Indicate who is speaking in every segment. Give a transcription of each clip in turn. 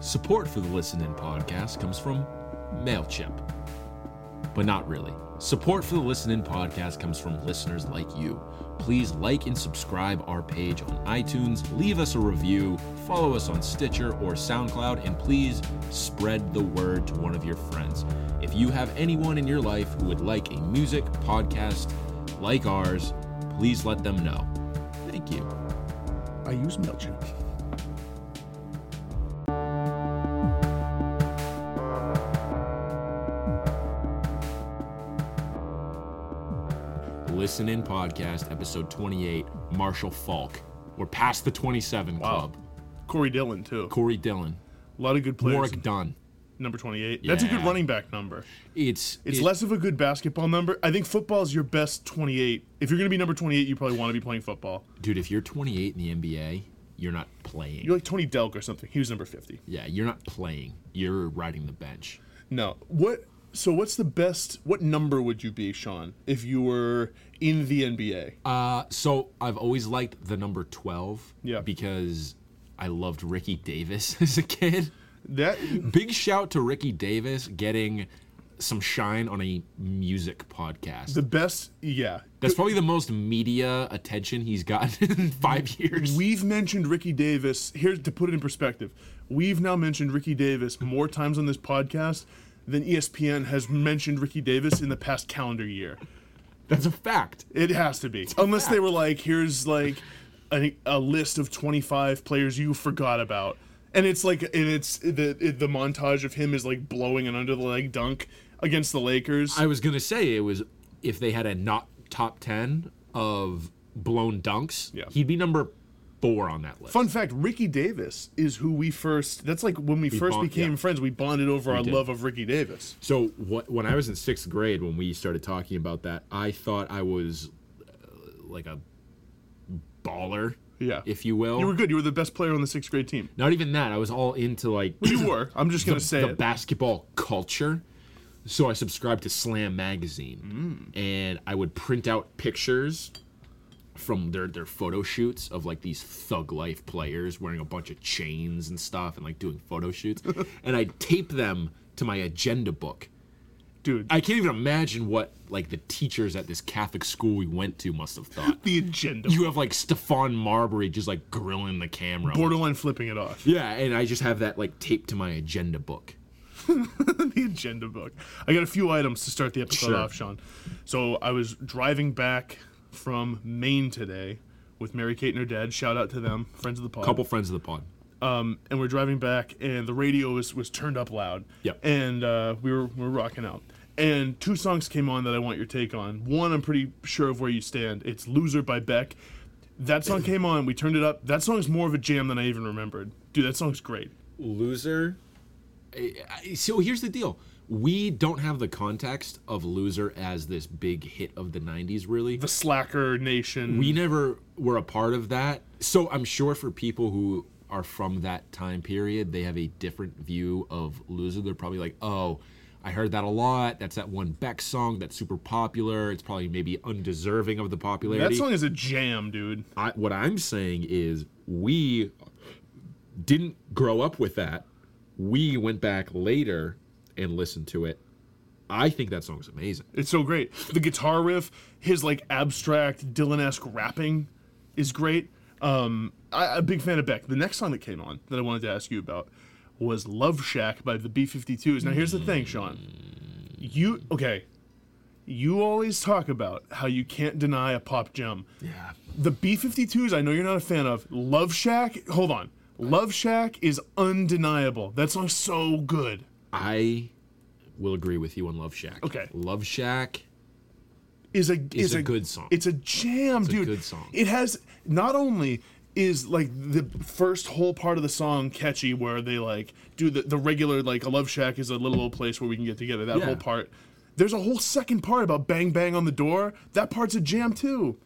Speaker 1: Support for the Listen In podcast comes from MailChimp. But not really. Support for the Listen In podcast comes from listeners like you. Please like and subscribe our page on iTunes, leave us a review, follow us on Stitcher or SoundCloud, and please spread the word to one of your friends. If you have anyone in your life who would like a music podcast like ours, please let them know. Thank you.
Speaker 2: I use MailChimp.
Speaker 1: Listen in podcast, episode 28, Marshall Falk. We're past the 27 club.
Speaker 3: Corey Dillon too.
Speaker 1: Corey Dillon,
Speaker 3: A lot of good players.
Speaker 1: Warwick Dunn.
Speaker 3: Number 28. That's a good
Speaker 1: Yeah.
Speaker 3: running back number.
Speaker 1: It's
Speaker 3: It's
Speaker 1: it-
Speaker 3: less of a good basketball number. I think football is your best 28. If you're going to be number 28, you probably want to be playing football.
Speaker 1: dude. If you're 28 in the NBA, you're not playing.
Speaker 3: You're like Tony Delk or something. He was number 50.
Speaker 1: yeah, you're not playing. You're riding the bench.
Speaker 3: No. What? So what's the best? What number would you be, Sean, if you were in the NBA?
Speaker 1: Uh, so I've always liked the number 12.
Speaker 3: Yeah.
Speaker 1: Because I loved Ricky Davis as a kid.
Speaker 3: That
Speaker 1: Big shout to Ricky Davis getting some shine on a music podcast.
Speaker 3: the best. Yeah.
Speaker 1: That's probably the most media attention he's gotten in five years.
Speaker 3: We've mentioned Ricky Davis. Here to put it in perspective, we've now mentioned Ricky Davis more times on this podcast than E ESPN has mentioned Ricky Davis in the past calendar year.
Speaker 1: That's a fact.
Speaker 3: It has to be. Unless they were like, here's like a, a list of 25 players you forgot about. And it's like, and it's the it, the montage of him is like blowing an under the leg dunk against the Lakers.
Speaker 1: I was gonna say it was if they had a not top ten of blown dunks,
Speaker 3: Yeah.
Speaker 1: he'd be number four on that list.
Speaker 3: Fun fact: Ricky Davis is who we first. That's like when we, first
Speaker 1: bond-
Speaker 3: became
Speaker 1: yeah.
Speaker 3: friends. We bonded over our
Speaker 1: did.
Speaker 3: love of Ricky Davis.
Speaker 1: So what, when I was in sixth grade, when we started talking about that, I thought I was uh, like a baller,
Speaker 3: Yeah.
Speaker 1: if you will.
Speaker 3: You were good. You were the best player on the sixth grade team.
Speaker 1: Not even that. I was all into like
Speaker 3: You were. I'm just gonna say
Speaker 1: the
Speaker 3: it.
Speaker 1: basketball culture. So I subscribed to Slam magazine, and I would print out pictures from their their photo shoots of like these thug life players wearing a bunch of chains and stuff, and like doing photo shoots, and I'd tape them to my agenda book.
Speaker 3: dude.
Speaker 1: I can't even imagine what like the teachers at this Catholic school we went to must have thought.
Speaker 3: the agenda.
Speaker 1: You have like Stefan Marbury just like grilling the camera.
Speaker 3: borderline flipping it off.
Speaker 1: Yeah, and I just have that like taped to my agenda book.
Speaker 3: the agenda book. I got a few items to start the episode
Speaker 1: Sure.
Speaker 3: off, Sean. So I was driving back from Maine today with Mary Kate and her dad. Shout out to them, friends of the pod.
Speaker 1: Couple friends of the pod.
Speaker 3: Um, and we're driving back, and the radio was was turned up loud.
Speaker 1: Yep.
Speaker 3: And uh, we were we were rocking out. And two songs came on that I want your take on. One, I'm pretty sure of where you stand. It's "Loser" by Beck. That song came on. We turned it up. That song's more of a jam than I even remembered. Dude, that song's great.
Speaker 1: Loser. I- I- So here's the deal. We don't have the context of Loser as this big hit of the 90s, really.
Speaker 3: The Slacker Nation.
Speaker 1: We never were a part of that. So I'm sure for people who are from that time period, they have a different view of Loser. They're probably like, oh, I heard that a lot. That's that one Beck song that's super popular. It's probably maybe undeserving of the
Speaker 3: that
Speaker 1: popularity.
Speaker 3: song is a jam, dude.
Speaker 1: I, what I'm saying is we didn't grow up with that. We went back later and listened to it. I think that song's amazing.
Speaker 3: It's so great. The guitar riff, his like abstract Dylan-esque rapping, is great. Um, I, I'm a big fan of Beck. The next song that came on that I wanted to ask you about was "Love Shack" by the B52s. Now here's the thing, Sean. You okay? You always talk about how you can't deny a pop gem.
Speaker 1: Yeah.
Speaker 3: The B52s, I know you're not a fan of. Love Shack, hold on. Love Shack is undeniable. That song's so good.
Speaker 1: I will agree with you on Love Shack.
Speaker 3: Okay.
Speaker 1: Love Shack.
Speaker 3: is a
Speaker 1: It's
Speaker 3: is
Speaker 1: a good song.
Speaker 3: It's a jam, dude.
Speaker 1: good song.
Speaker 3: It has not only is like the first whole part of the song catchy, where they like do the the regular like a love shack is a little old place where we can get together. That
Speaker 1: Yeah.
Speaker 3: whole part. There's a whole second part about bang bang on the door. That part's a jam too.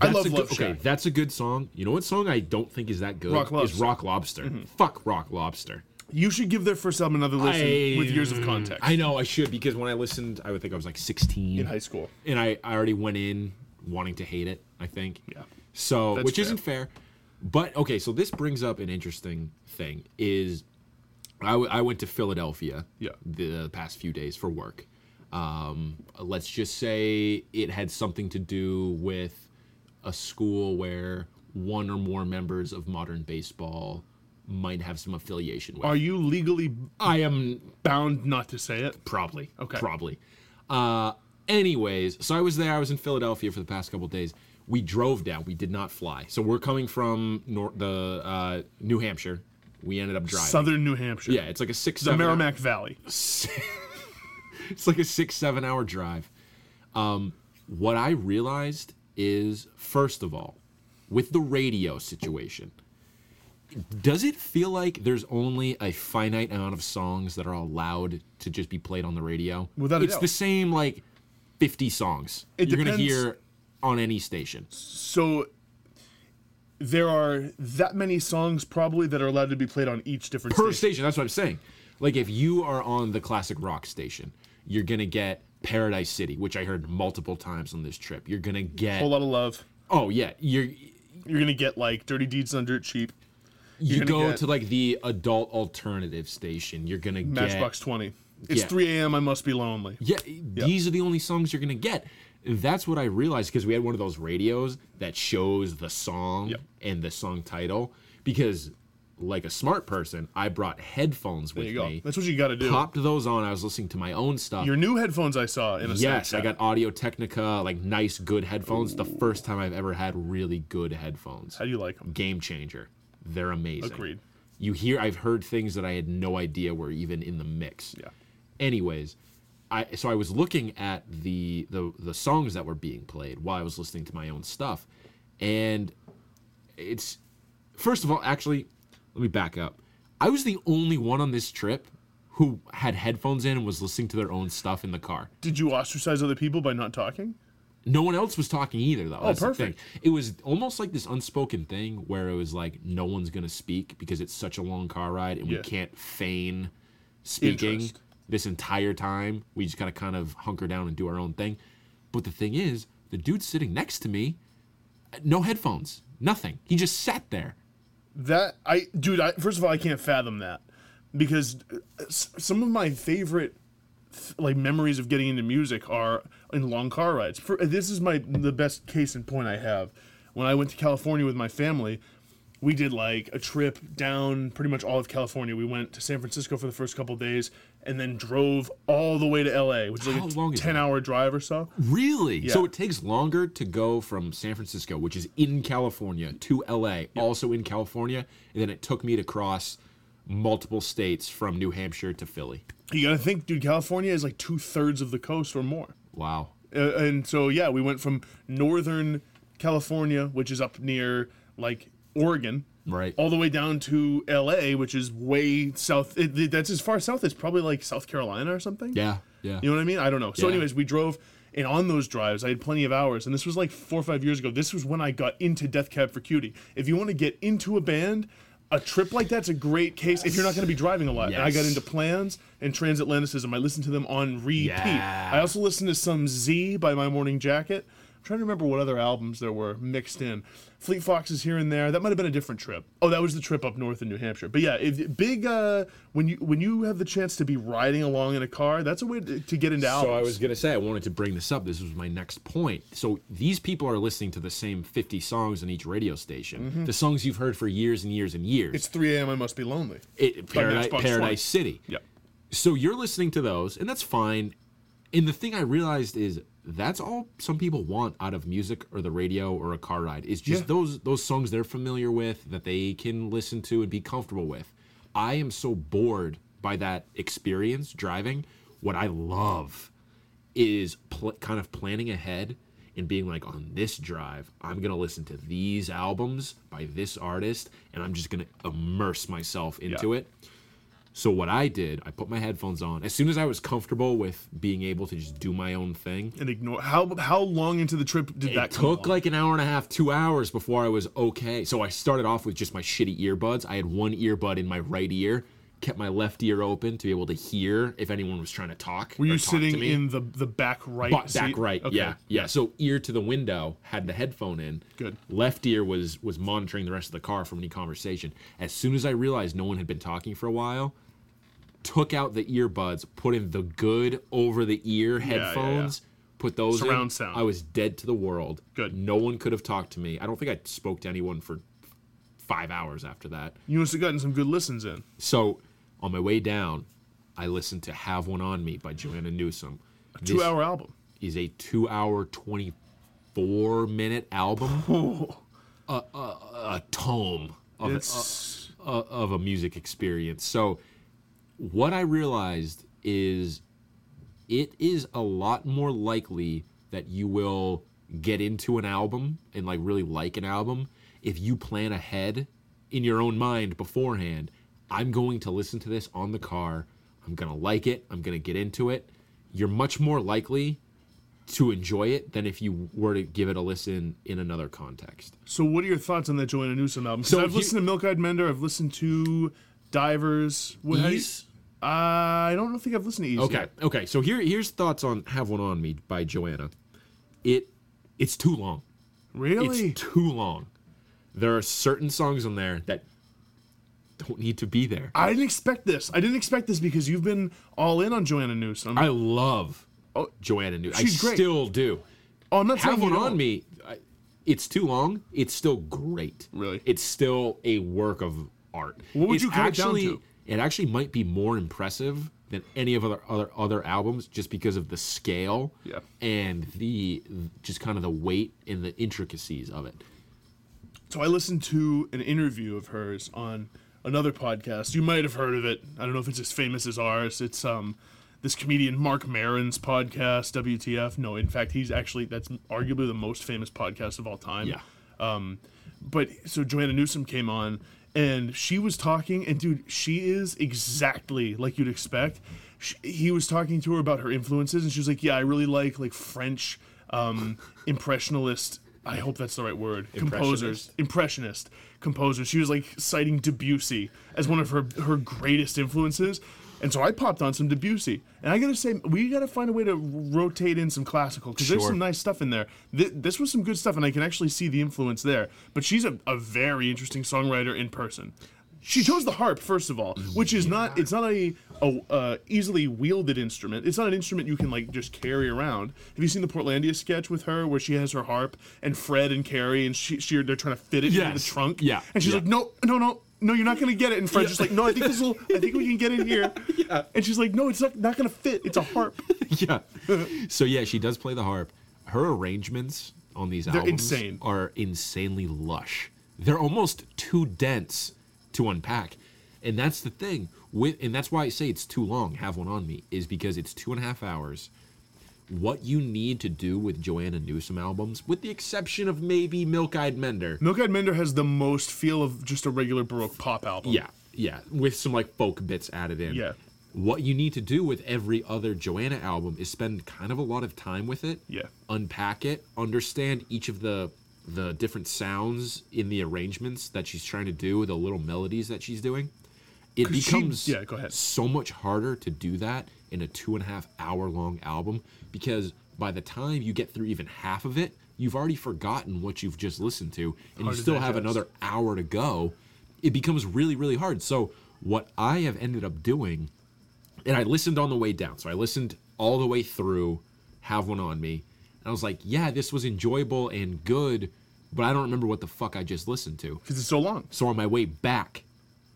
Speaker 3: I
Speaker 1: That's
Speaker 3: love
Speaker 1: a good-
Speaker 3: love shack.
Speaker 1: Okay, that's a good song. You know what song I don't think is that good? Is
Speaker 3: Rock Lobster. Mm-hmm.
Speaker 1: Rock Lobster. Fuck Rock Lobster.
Speaker 3: You should give their first album another listen
Speaker 1: I-
Speaker 3: with years of context.
Speaker 1: I know I should because when I listened, I would think I was like 16
Speaker 3: in high school.
Speaker 1: and I, I already went in wanting to hate it. I think.
Speaker 3: Yeah.
Speaker 1: So
Speaker 3: That's
Speaker 1: which
Speaker 3: fair.
Speaker 1: isn't fair, but okay. So this brings up an interesting thing: is I, w- I went to Philadelphia
Speaker 3: Yeah.
Speaker 1: the past few days for work. Um, let's just say it had something to do with a school where one or more members of modern baseball might have some affiliation with.
Speaker 3: Are you legally
Speaker 1: I am
Speaker 3: bound not to say it?
Speaker 1: Probably.
Speaker 3: Okay.
Speaker 1: Probably. Uh, anyways, so I was there. I was in Philadelphia for the past couple days. We drove down. We did not fly. So we're coming from nor- the uh, New Hampshire. We ended up driving.
Speaker 3: Southern New Hampshire.
Speaker 1: Yeah, it's like a six.
Speaker 3: The
Speaker 1: seven hour-
Speaker 3: Merrimack Valley.
Speaker 1: it's like a six seven hour drive um, what i realized is first of all with the radio situation does it feel like there's only a finite amount of songs that are allowed to just be played on the radio
Speaker 3: Without a
Speaker 1: it's
Speaker 3: doubt.
Speaker 1: the same like 50 songs
Speaker 3: It
Speaker 1: you're gonna
Speaker 3: depends-
Speaker 1: hear on any station
Speaker 3: So there are that many songs probably that are allowed to be played on each different
Speaker 1: per
Speaker 3: station.
Speaker 1: station. That's what I'm saying. Like if you are on the classic rock station, you're gonna get Paradise City, which I heard multiple times on this trip. You're gonna get
Speaker 3: Whole lot of love.
Speaker 1: oh yeah, you're
Speaker 3: You're gonna get like Dirty Deeds on Dirt Cheap,
Speaker 1: you
Speaker 3: gonna
Speaker 1: go
Speaker 3: get-
Speaker 1: to like the adult alternative station. You're gonna
Speaker 3: Matchbox
Speaker 1: get
Speaker 3: Twenty. It's
Speaker 1: Yeah.
Speaker 3: 3 a.m. I must be lonely.
Speaker 1: yeah. These are the only songs you're gonna get. That's what I realized because we had one of those radios that shows the song
Speaker 3: Yep.
Speaker 1: and the song title. Because like a smart person, I brought headphones
Speaker 3: There
Speaker 1: with
Speaker 3: you go.
Speaker 1: me.
Speaker 3: That's what you got to do.
Speaker 1: Popped those on. I was listening to my own stuff.
Speaker 3: Your new headphones I saw in a
Speaker 1: Yes, I
Speaker 3: Snapchat.
Speaker 1: got Audio Technica, like nice, good headphones. The first time I've ever had really good headphones.
Speaker 3: How do you like them?
Speaker 1: Game changer. They're amazing.
Speaker 3: Agreed.
Speaker 1: You hear, I've heard things that I had no idea were even in the mix.
Speaker 3: Yeah.
Speaker 1: Anyways, I so I was looking at the the the songs that were being played while I was listening to my own stuff, and it's first of all, actually, let me back up. I was the only one on this trip who had headphones in and was listening to their own stuff in the car.
Speaker 3: Did you ostracize other people by not talking?
Speaker 1: No one else was talking either, though. Oh,
Speaker 3: perfect.
Speaker 1: It was almost like this unspoken thing where it was like no one's gonna speak because it's such a long car ride and
Speaker 3: Yeah.
Speaker 1: we can't feign speaking
Speaker 3: Interest.
Speaker 1: this entire time. We just gotta kind of hunker down and do our own thing. But the thing is, the dude sitting next to me, no headphones, nothing. He just sat there.
Speaker 3: That I, dude. I first of all, I can't fathom that because uh, s- some of my favorite th- like memories of getting into music are in long car rides. For, uh, this is my the best case in point I have. When I went to California with my family, we did like a trip down pretty much all of California. We went to San Francisco for the first couple days and then drove all the way to LA, which is
Speaker 1: How
Speaker 3: like
Speaker 1: long
Speaker 3: a
Speaker 1: is that?
Speaker 3: 10 hour drive or so.
Speaker 1: Really? So
Speaker 3: Yeah.
Speaker 1: it takes longer to go from San Francisco, which is in California, to LA, also in California, and then it took me to cross multiple states from New Hampshire to Philly.
Speaker 3: You gotta think, dude, California is like two thirds of the coast or more.
Speaker 1: Wow.
Speaker 3: uh, and so yeah, we went from northern California, which is up near like Oregon,
Speaker 1: Right.
Speaker 3: all the way down to L.A., which is way south. It, it- that's as far south as probably like South Carolina or something.
Speaker 1: Yeah. Yeah.
Speaker 3: you know what I mean? I don't know. So,
Speaker 1: Yeah.
Speaker 3: anyways, we drove, and on those drives, I had plenty of hours, and this was like four or five years ago. This was when I got into Death Cab for Cutie. If you want to get into a band. A trip like that's a great case if you're not going to be driving a lot. And I got
Speaker 1: Yes.
Speaker 3: into plans and transatlanticism. I listened to them on repeat.
Speaker 1: Yeah.
Speaker 3: I also listened to some Z by My Morning Jacket. I'm trying to remember what other albums there were mixed in. Fleet Foxes here and there. That might have been a different trip. Oh, that was the trip up north in New Hampshire. But yeah, if, big uh, when you when you have the chance to be riding along in a car, that's a way to, to get into albums.
Speaker 1: So I was gonna say I wanted to bring this up. This was my next point. So these people are listening to the same 50 songs on each radio station, the songs you've heard for years and years and years.
Speaker 3: Mm-hmm. It's 3 a.m. I must be lonely.
Speaker 1: it, Paradise,
Speaker 3: Matchbox
Speaker 1: Paradise City.
Speaker 3: Yeah.
Speaker 1: So you're listening to those, and that's fine. And the thing I realized is that's all some people want out of music or the radio or a car ride is just
Speaker 3: Yeah.
Speaker 1: those those songs they're familiar with that they can listen to and be comfortable with. I am so bored by that experience driving. What I love is pl- kind of planning ahead and being like on this drive i'm going to listen to these albums by this artist and i'm just going to immerse myself into it so what i did i put my headphones on as soon as i was comfortable with being able to just do my own thing
Speaker 3: And ignore how how long into the trip did that
Speaker 1: it took like an hour and a half two hours before i was okay so i started off with just my shitty earbuds i had one earbud in my right ear kept my left ear open to be able to hear if anyone was trying to talk
Speaker 3: Were
Speaker 1: or
Speaker 3: you
Speaker 1: talk to
Speaker 3: sitting
Speaker 1: me.
Speaker 3: in the the back right?
Speaker 1: Butt,
Speaker 3: seat?
Speaker 1: back right.
Speaker 3: Okay.
Speaker 1: Yeah, yeah. So ear to the window, had the headphone in.
Speaker 3: Good.
Speaker 1: Left ear was was monitoring the rest of the car from any conversation. As soon as I realized no one had been talking for a while, took out the earbuds, put in the good over the ear headphones, put those in.
Speaker 3: Surround sound.
Speaker 1: I was dead to the world.
Speaker 3: Good.
Speaker 1: No one could have talked to me. I don't think I spoke to anyone for five hours after that.
Speaker 3: You must have gotten some good listens in.
Speaker 1: So on my way down, I listened to "Have One on Me" by Joanna Newsom. A
Speaker 3: Two hour album.
Speaker 1: is a two-hour, twenty-four minute album, a tome of uh,
Speaker 3: It's
Speaker 1: o- of a music experience. So, what I realized is it is a lot more likely that you will get into an album and like really like an album if you plan ahead in your own mind beforehand. I'm going to listen to this on the car. I'm going to like it. I'm going to get into it. You're much more likely to enjoy it than if you were to give it a listen in another context.
Speaker 3: So, what are your thoughts on that Joanna Newsom album? 'Cause
Speaker 1: So
Speaker 3: I've
Speaker 1: you-
Speaker 3: listened to Milk Eyed Mender. I've listened to Divers. What, how do you-
Speaker 1: Ease?
Speaker 3: I don't think I've listened to Ease.
Speaker 1: Okay.
Speaker 3: yet.
Speaker 1: Okay. So here, here's thoughts on "Have One on Me" by Joanna. It, it's too long.
Speaker 3: Really?
Speaker 1: It's too long. There are certain songs on there that don't need to be there.
Speaker 3: I didn't expect this. I didn't expect this because you've been all in on Joanna Newsom.
Speaker 1: I love
Speaker 3: Oh,
Speaker 1: Joanna New. I
Speaker 3: she's great.
Speaker 1: still do.
Speaker 3: oh, I'm not
Speaker 1: "Have
Speaker 3: saying you
Speaker 1: One on
Speaker 3: don't.
Speaker 1: Me." I, it's too long. It's still great.
Speaker 3: Really?
Speaker 1: It's still a work of art.
Speaker 3: What would
Speaker 1: It's
Speaker 3: you cut it down
Speaker 1: actually,
Speaker 3: to?
Speaker 1: It actually might be more impressive than any of other other other albums, just because of the scale
Speaker 3: Yeah.
Speaker 1: and the just kind of the weight and the intricacies of it.
Speaker 3: So I listened to an interview of hers on another podcast. You might have heard of it. I don't know if it's as famous as ours. It's um this comedian Mark Marin's podcast, WTF. No, in fact, he's actually that's arguably the most famous podcast of all time.
Speaker 1: Yeah.
Speaker 3: Um, but so Joanna Newsom came on and she was talking, and dude, she is exactly like you'd expect. She, he was talking to her about her influences, and she was like, "Yeah, I really like like French um, impressionist. I hope that's the right word. Composers, impressionist composers." She was like citing Debussy as one of her her greatest influences. And so I popped on some Debussy, and I gotta say, we gotta find a way to rotate in some classical because there's
Speaker 1: Sure.
Speaker 3: some nice stuff in there. Th- this was some good stuff, and I can actually see the influence there. But she's a, a very interesting songwriter in person. She chose the harp first of all, which is not it's not a, a uh, easily wielded instrument. It's not an instrument you can like just carry around. Have you seen the Portlandia sketch with her where she has her harp and Fred and Carrie and she, she they're trying to fit it into
Speaker 1: Yes.
Speaker 3: the trunk?
Speaker 1: Yeah.
Speaker 3: And she's
Speaker 1: Yeah.
Speaker 3: like, no, no, no. No, you're not gonna get it. And Fred's just like, no, I think this will. I think we can get it here. yeah. And she's like, no, it's not, not gonna fit. It's a harp.
Speaker 1: yeah. So yeah, she does play the harp. Her arrangements on these albums
Speaker 3: insane.
Speaker 1: are insanely lush. They're almost too dense to unpack. And that's the thing with and that's why I say it's too long, have one on me, is because it's two and a half hours. What you need to do with Joanna Newsom albums, with the exception of maybe Milk Eyed Mender.
Speaker 3: Milk Eyed Mender has the most feel of just a regular Baroque pop album.
Speaker 1: Yeah, yeah, with some like folk bits added in.
Speaker 3: Yeah.
Speaker 1: What you need to do with every other Joanna album is spend kind of a lot of time with it.
Speaker 3: Yeah.
Speaker 1: Unpack it, understand each of the the different sounds in the arrangements that she's trying to do, the little melodies that she's doing. It
Speaker 3: 'Cause she-
Speaker 1: becomes
Speaker 3: yeah, go ahead.
Speaker 1: so much harder to do that in a two and a half hour long album because by the time you get through even half of it, you've already forgotten what you've just listened to, and
Speaker 3: Hard
Speaker 1: you
Speaker 3: to
Speaker 1: still have
Speaker 3: digest.
Speaker 1: another hour to go. It becomes really, really hard. So what I have ended up doing, and I listened on the way down, so I listened all the way through, have one on me, and I was like, yeah, this was enjoyable and good, but I don't remember what the fuck I just listened to.
Speaker 3: Because it's so long.
Speaker 1: So on my way back,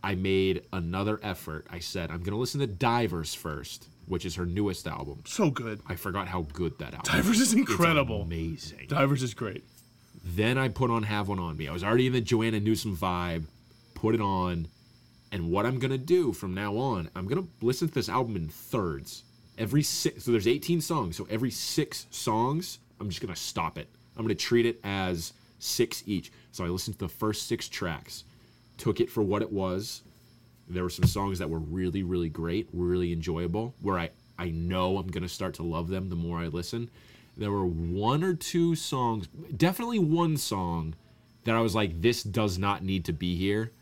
Speaker 1: I made another effort. I said, I'm going to listen to Divers first, which is her newest album.
Speaker 3: So good.
Speaker 1: I forgot how good that album
Speaker 3: Divers
Speaker 1: It's
Speaker 3: is incredible.
Speaker 1: amazing.
Speaker 3: Divers is great.
Speaker 1: Then I put on Have One On Me. I was already in the Joanna Newsom vibe, put it on. And what I'm going to do from now on, I'm going to listen to this album in thirds. Every six, so there's 18 songs. So every six songs, I'm just going to stop it. I'm going to treat it as six each. So I listened to the first six tracks, took it for what it was. There were some songs that were really, really great, really enjoyable, where I, I know I'm going to start to love them the more I listen. There were one or two songs, definitely one song, that I was like, this does not need to be here.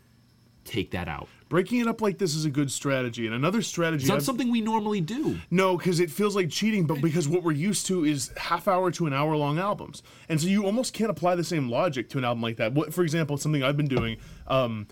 Speaker 1: Take that out.
Speaker 3: Breaking it up like this is a good strategy. And another strategy.
Speaker 1: It's not
Speaker 3: I've-
Speaker 1: something we normally do.
Speaker 3: No, because it feels like cheating, but because what we're used to is half hour to an hour long albums. And so you almost can't apply the same logic to an album like that. What, for example, something I've been doing um,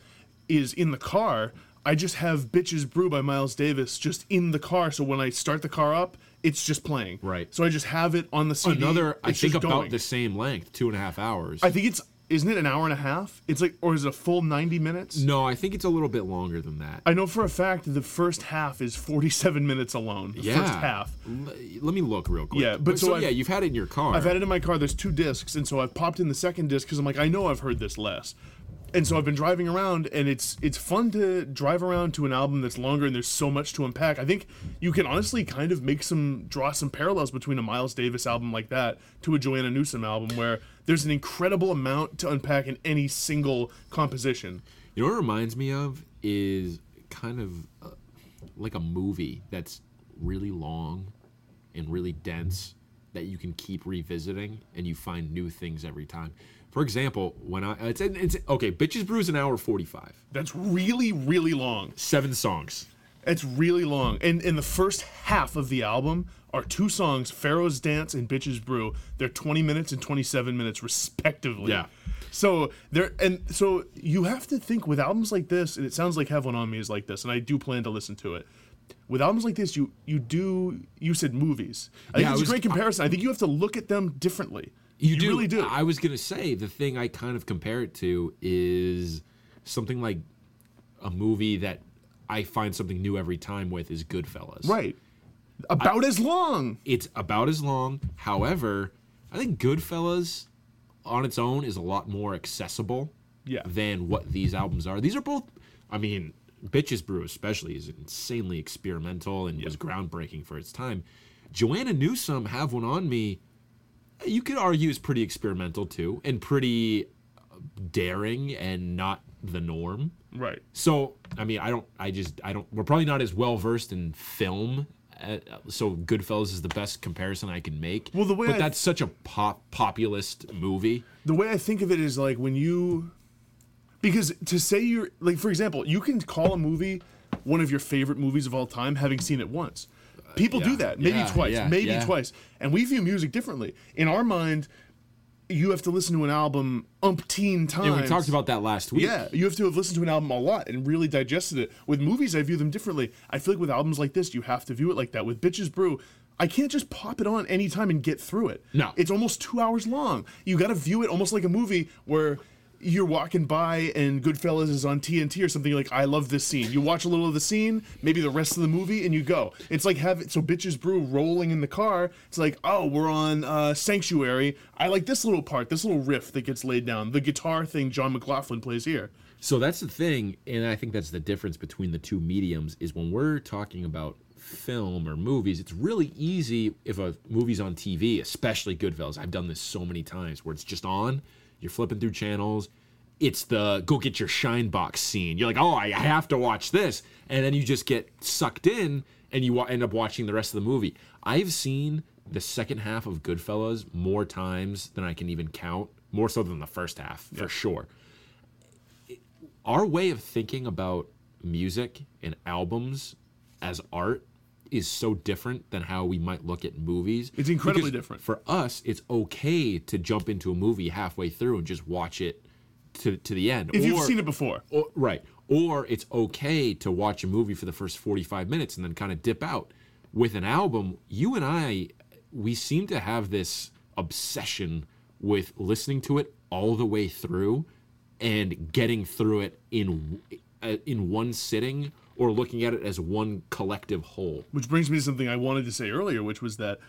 Speaker 3: is in the car, I just have Bitches Brew by Miles Davis just in the car. So when I start the car up, it's just playing.
Speaker 1: Right.
Speaker 3: So I just have it on the CD.
Speaker 1: Another, I
Speaker 3: it's
Speaker 1: think,
Speaker 3: just
Speaker 1: about
Speaker 3: going.
Speaker 1: the same length, two and a half hours.
Speaker 3: I think it's, isn't it an hour and a half? It's like, or is it a full 90 minutes?
Speaker 1: no, I think it's a little bit longer than that.
Speaker 3: I know for a fact the first half is 47 minutes alone. The
Speaker 1: yeah.
Speaker 3: first half.
Speaker 1: L- let me look real quick.
Speaker 3: Yeah, but so
Speaker 1: so,
Speaker 3: I've-
Speaker 1: yeah, you've had it in your car.
Speaker 3: I've had it in my car. There's two discs, and so I've popped in the second disc because I'm like, I know I've heard this less, and so I've been driving around, and it's it's fun to drive around to an album that's longer, and there's so much to unpack. I think you can honestly kind of make some draw some parallels between a Miles Davis album like that to a Joanna Newsom album where there's an incredible amount to unpack in any single composition.
Speaker 1: You know what it reminds me of is kind of uh, like a movie that's really long and really dense that you can keep revisiting and you find new things every time. For example, when I it's, it's okay, bitches brews an hour forty five,
Speaker 3: That's really really long.
Speaker 1: seven songs.
Speaker 3: It's really long. And in the first half of the album are two songs, Pharaoh's Dance and Bitches Brew. They're 20 minutes and 27 minutes respectively.
Speaker 1: Yeah.
Speaker 3: So there and so you have to think with albums like this, and it sounds like Have One on Me is like this, and I do plan to listen to it. With albums like this, you you do you said movies. I
Speaker 1: Yeah, I
Speaker 3: think it's
Speaker 1: was-
Speaker 3: a great comparison. I think you have to look at them differently. really do.
Speaker 1: I was gonna say the thing I kind of compare it to is something like a movie that I find something new every time with is Goodfellas.
Speaker 3: right. About as long.
Speaker 1: It's about as long. However, I think Goodfellas on its own is a lot more accessible
Speaker 3: Yeah.
Speaker 1: than what these albums are. These are both, I mean, Bitches Brew especially is insanely experimental and was groundbreaking for its time. Joanna Newsom, Have One on Me, you could argue is pretty experimental too and pretty daring and not the norm.
Speaker 3: Right.
Speaker 1: So, I mean, I don't, I just, I don't, we're probably not as well versed in film. Uh, so, Goodfellas is the best comparison I can make.
Speaker 3: Well, the way
Speaker 1: but
Speaker 3: I-
Speaker 1: that's such a pop populist movie.
Speaker 3: the way I think of it is like when you because to say you're like for example, you can call a movie one of your favorite movies of all time having seen it once. People
Speaker 1: yeah,
Speaker 3: do that, maybe
Speaker 1: yeah,
Speaker 3: twice,
Speaker 1: yeah,
Speaker 3: maybe
Speaker 1: yeah.
Speaker 3: twice. And we view music differently. In our mind, you have to listen to an album umpteen times.
Speaker 1: And we talked about that last week.
Speaker 3: Yeah, you have to have listened to an album a lot and really digested it. With movies, I view them differently. I feel like with albums like this, you have to view it like that. With Bitches Brew, I can't just pop it on anytime and get through it.
Speaker 1: No.
Speaker 3: It's almost two hours long. You got to view it almost like a movie where you're walking by and Goodfellas is on TNT or something you're like, I love this scene. You watch a little of the scene, maybe the rest of the movie, and you go. It's like have so Bitches Brew rolling in the car. It's like, oh, we're on uh, Sanctuary. I like this little part, this little riff that gets laid down, the guitar thing John McLaughlin plays here.
Speaker 1: So that's the thing, and I think that's the difference between the two mediums is when we're talking about film or movies, it's really easy if a movie's on TV, especially Goodfellas. I've done this so many times where it's just on, you're flipping through channels, it's the go get your shine box scene. You're like, oh, I I have to watch this, and then you just get sucked in, and you wa- end up watching the rest of the movie. I've seen the second half of Goodfellas more times than I can even count, more so than the first half for sure our way of thinking about music and albums as art is so different than how we might look at movies.
Speaker 3: It's incredibly different.
Speaker 1: For us, it's okay to jump into a movie halfway through and just watch it to, to the end.
Speaker 3: If you've
Speaker 1: Or-
Speaker 3: seen it before.
Speaker 1: or, right. Or it's okay to watch a movie for the first 45 minutes and then kind of dip out. With an album, you and I, we seem to have this obsession with listening to it all the way through and getting through it in uh, in one sitting or looking at it as one collective whole.
Speaker 3: Which brings me to something I wanted to say earlier, which was that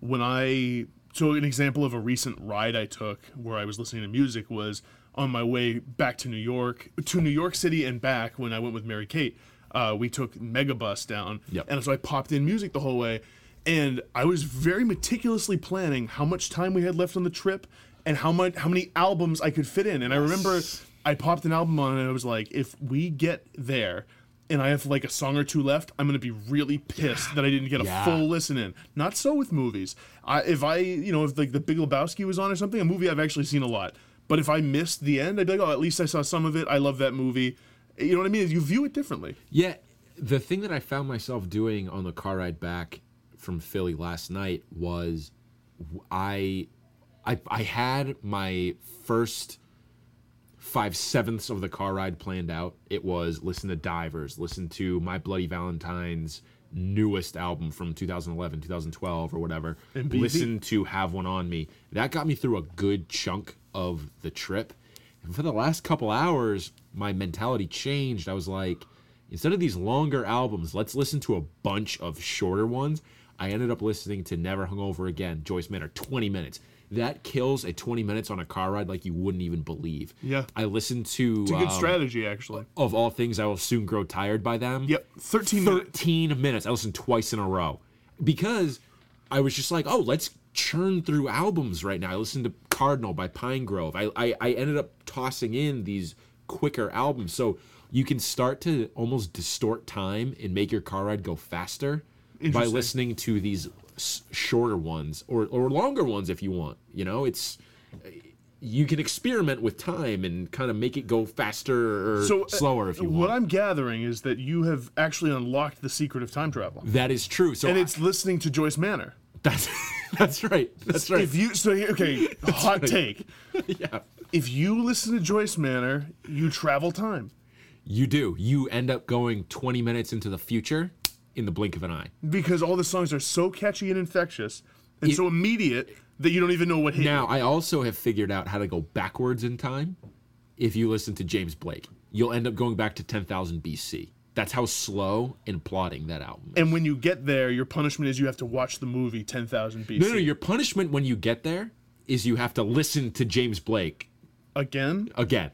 Speaker 3: when I so an example of a recent ride I took where I was listening to music was on my way back to New York to New York City and back when I went with Mary Kate. Uh, we took Megabus down,
Speaker 1: Yep.
Speaker 3: and so I popped in music the whole way, and I was very meticulously planning how much time we had left on the trip and how much how many albums I could fit in. And I remember I popped an album on, and I was like, if we get there. And I have like a song or two left. I'm gonna be really pissed that I didn't get a
Speaker 1: Yeah.
Speaker 3: full listen in. Not so with movies. I, if I, you know, if like the Big Lebowski was on or something, a movie I've actually seen a lot. But if I missed the end, I'd be like, oh, at least I saw some of it. I love that movie. You know what I mean? You view it differently.
Speaker 1: Yeah, the thing that I found myself doing on the car ride back from Philly last night was w- I I I had my first five sevenths of the car ride planned out. It was listen to Divers, listen to My Bloody Valentine's newest album from 2011, 2012, or whatever.
Speaker 3: MPV.
Speaker 1: Listen to Have One On Me. That got me through a good chunk of the trip. And for the last couple hours, my mentality changed. I was like, instead of these longer albums, let's listen to a bunch of shorter ones. I ended up listening to Never Hungover Again, Joyce Manor, 20 minutes. That kills at 20 minutes on a car ride like you wouldn't even believe.
Speaker 3: Yeah.
Speaker 1: I listened to
Speaker 3: It's a good
Speaker 1: um,
Speaker 3: strategy, actually.
Speaker 1: of all things, I will soon grow tired by them.
Speaker 3: Yep, 13 minutes.
Speaker 1: 13 minutes. I listened twice in a row because I was just like, oh, let's churn through albums right now. I listened to Cardinal by Pine Grove. I, I, I ended up tossing in these quicker albums. So you can start to almost distort time and make your car ride go faster by
Speaker 3: Interesting.
Speaker 1: listening to these s- shorter ones or, or longer ones if you want. You know, it's. You can experiment with time and kind of make it go faster or
Speaker 3: So, uh,
Speaker 1: slower if you want.
Speaker 3: What I'm gathering is that you have actually unlocked the secret of time travel,
Speaker 1: that is true. So
Speaker 3: and
Speaker 1: I-
Speaker 3: it's listening to Joyce Manor.
Speaker 1: That's that's right. That's right.
Speaker 3: If you so here- okay, hot take.
Speaker 1: yeah.
Speaker 3: If you listen to Joyce Manor, you travel time.
Speaker 1: You do. You end up going 20 minutes into the future in the blink of an eye.
Speaker 3: because all the songs are so catchy and infectious and
Speaker 1: You-
Speaker 3: so immediate that you don't even know what hit.
Speaker 1: Now, I also have figured out how to go backwards in time. If you listen to James Blake, you'll end up going back to 10,000 BC. That's how slow and plotting that album. Is.
Speaker 3: you. And when you get there, your punishment is you have to watch the movie 10,000 BC.
Speaker 1: No, no, your punishment when you get there is you have to listen to James Blake
Speaker 3: Again?
Speaker 1: again.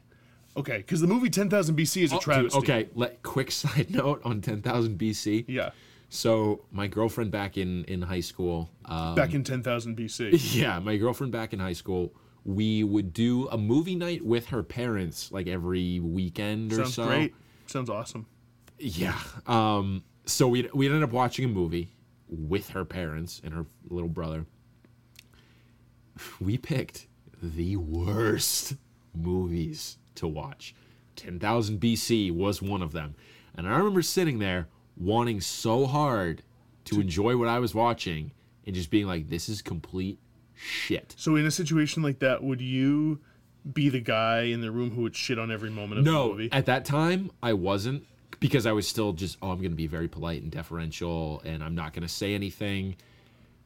Speaker 3: Okay, because the movie 10,000 BC is a
Speaker 1: Oh, Dude,
Speaker 3: travesty.
Speaker 1: okay, let quick side note on 10,000 BC.
Speaker 3: Yeah,
Speaker 1: So, my girlfriend back in in high school, uh
Speaker 3: back in 10,000 BC.
Speaker 1: Yeah, my girlfriend back in high school, we would do a movie night with her parents like every weekend or
Speaker 3: Sounds
Speaker 1: so.
Speaker 3: great. Sounds awesome.
Speaker 1: Yeah. Um so we we ended up watching a movie with her parents and her little brother. We picked the worst movies to watch. 10,000 BC was one of them. And I remember sitting there wanting so hard to enjoy what I was watching and just being like this is complete shit.
Speaker 3: So, in a situation like that, would you be the guy in the room who would shit on every moment of
Speaker 1: no,
Speaker 3: the movie?
Speaker 1: at that time I wasn't because I was still just oh I'm going to be very polite and deferential and I'm not going to say anything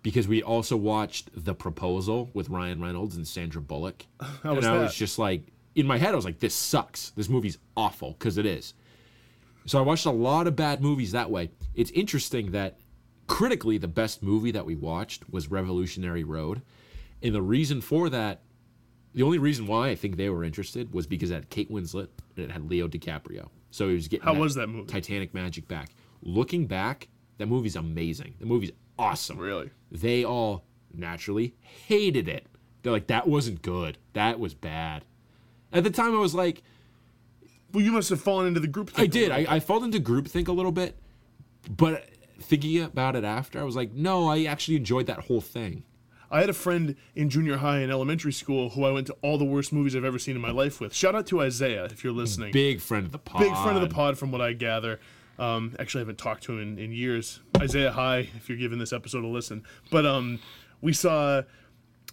Speaker 1: because we also watched The Proposal with Ryan Reynolds and Sandra Bullock and
Speaker 3: was
Speaker 1: I
Speaker 3: that?
Speaker 1: was just like in my head I was like this sucks. This movie's awful cuz it is. So I watched a lot of bad movies that way. It's interesting that critically the best movie that we watched was Revolutionary Road. And the reason for that the only reason why I think they were interested was because it had Kate Winslet and it had Leo DiCaprio. So he was getting
Speaker 3: How was that movie?
Speaker 1: Titanic magic back. Looking back, that movie's amazing. The movie's awesome.
Speaker 3: Really?
Speaker 1: They all naturally hated it. They're like, that wasn't good. That was bad. At the time, I was like,
Speaker 3: Well, you must have fallen into the group.
Speaker 1: I did. I, I fell into groupthink a little bit, but thinking about it after, I was like, no, I actually enjoyed that whole thing.
Speaker 3: I had a friend in junior high and elementary school who I went to all the worst movies I've ever seen in my life with. Shout out to Isaiah if you're listening. Big,
Speaker 1: Big friend of the pod.
Speaker 3: friend of the pod from what I gather. Um, actually, I haven't talked to him in, in years. Isaiah, hi, if you're giving this episode a listen. But um, we saw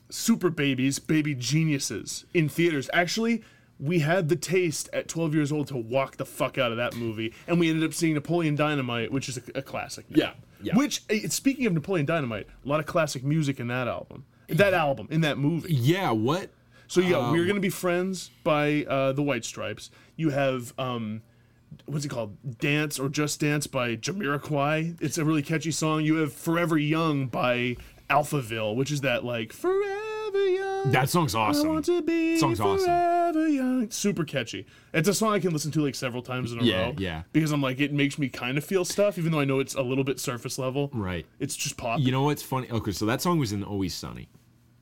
Speaker 3: Super Babies, Baby Geniuses in theaters. Actually, we had the taste at 12 years old to walk the fuck out of that movie, and we ended up seeing Napoleon Dynamite, which is a, a classic. now.
Speaker 1: Yeah, yeah.
Speaker 3: Which, eh, speaking of Napoleon Dynamite, a lot of classic music in that album. That album, in that movie.
Speaker 1: Yeah, what?
Speaker 3: So yeah,
Speaker 1: Um,
Speaker 3: we're gonna be friends by uh, the White Stripes. You have um, what's it called? Dance or Just Dance by Jamiroquai. It's a really catchy song. You have Forever Young by Alphaville, which is that like Forever Young.
Speaker 1: That song's
Speaker 3: I
Speaker 1: awesome.
Speaker 3: want to be
Speaker 1: Song's awesome.
Speaker 3: forever young. Super catchy. It's a song I can listen to like several times in a
Speaker 1: Yeah,
Speaker 3: row.
Speaker 1: yeah.
Speaker 3: Because I'm like, it makes me kind of feel stuff, even though I know it's a little bit surface level.
Speaker 1: Right.
Speaker 3: It's just pop.
Speaker 1: You know what's funny? Okay, so that song was in Always Sunny,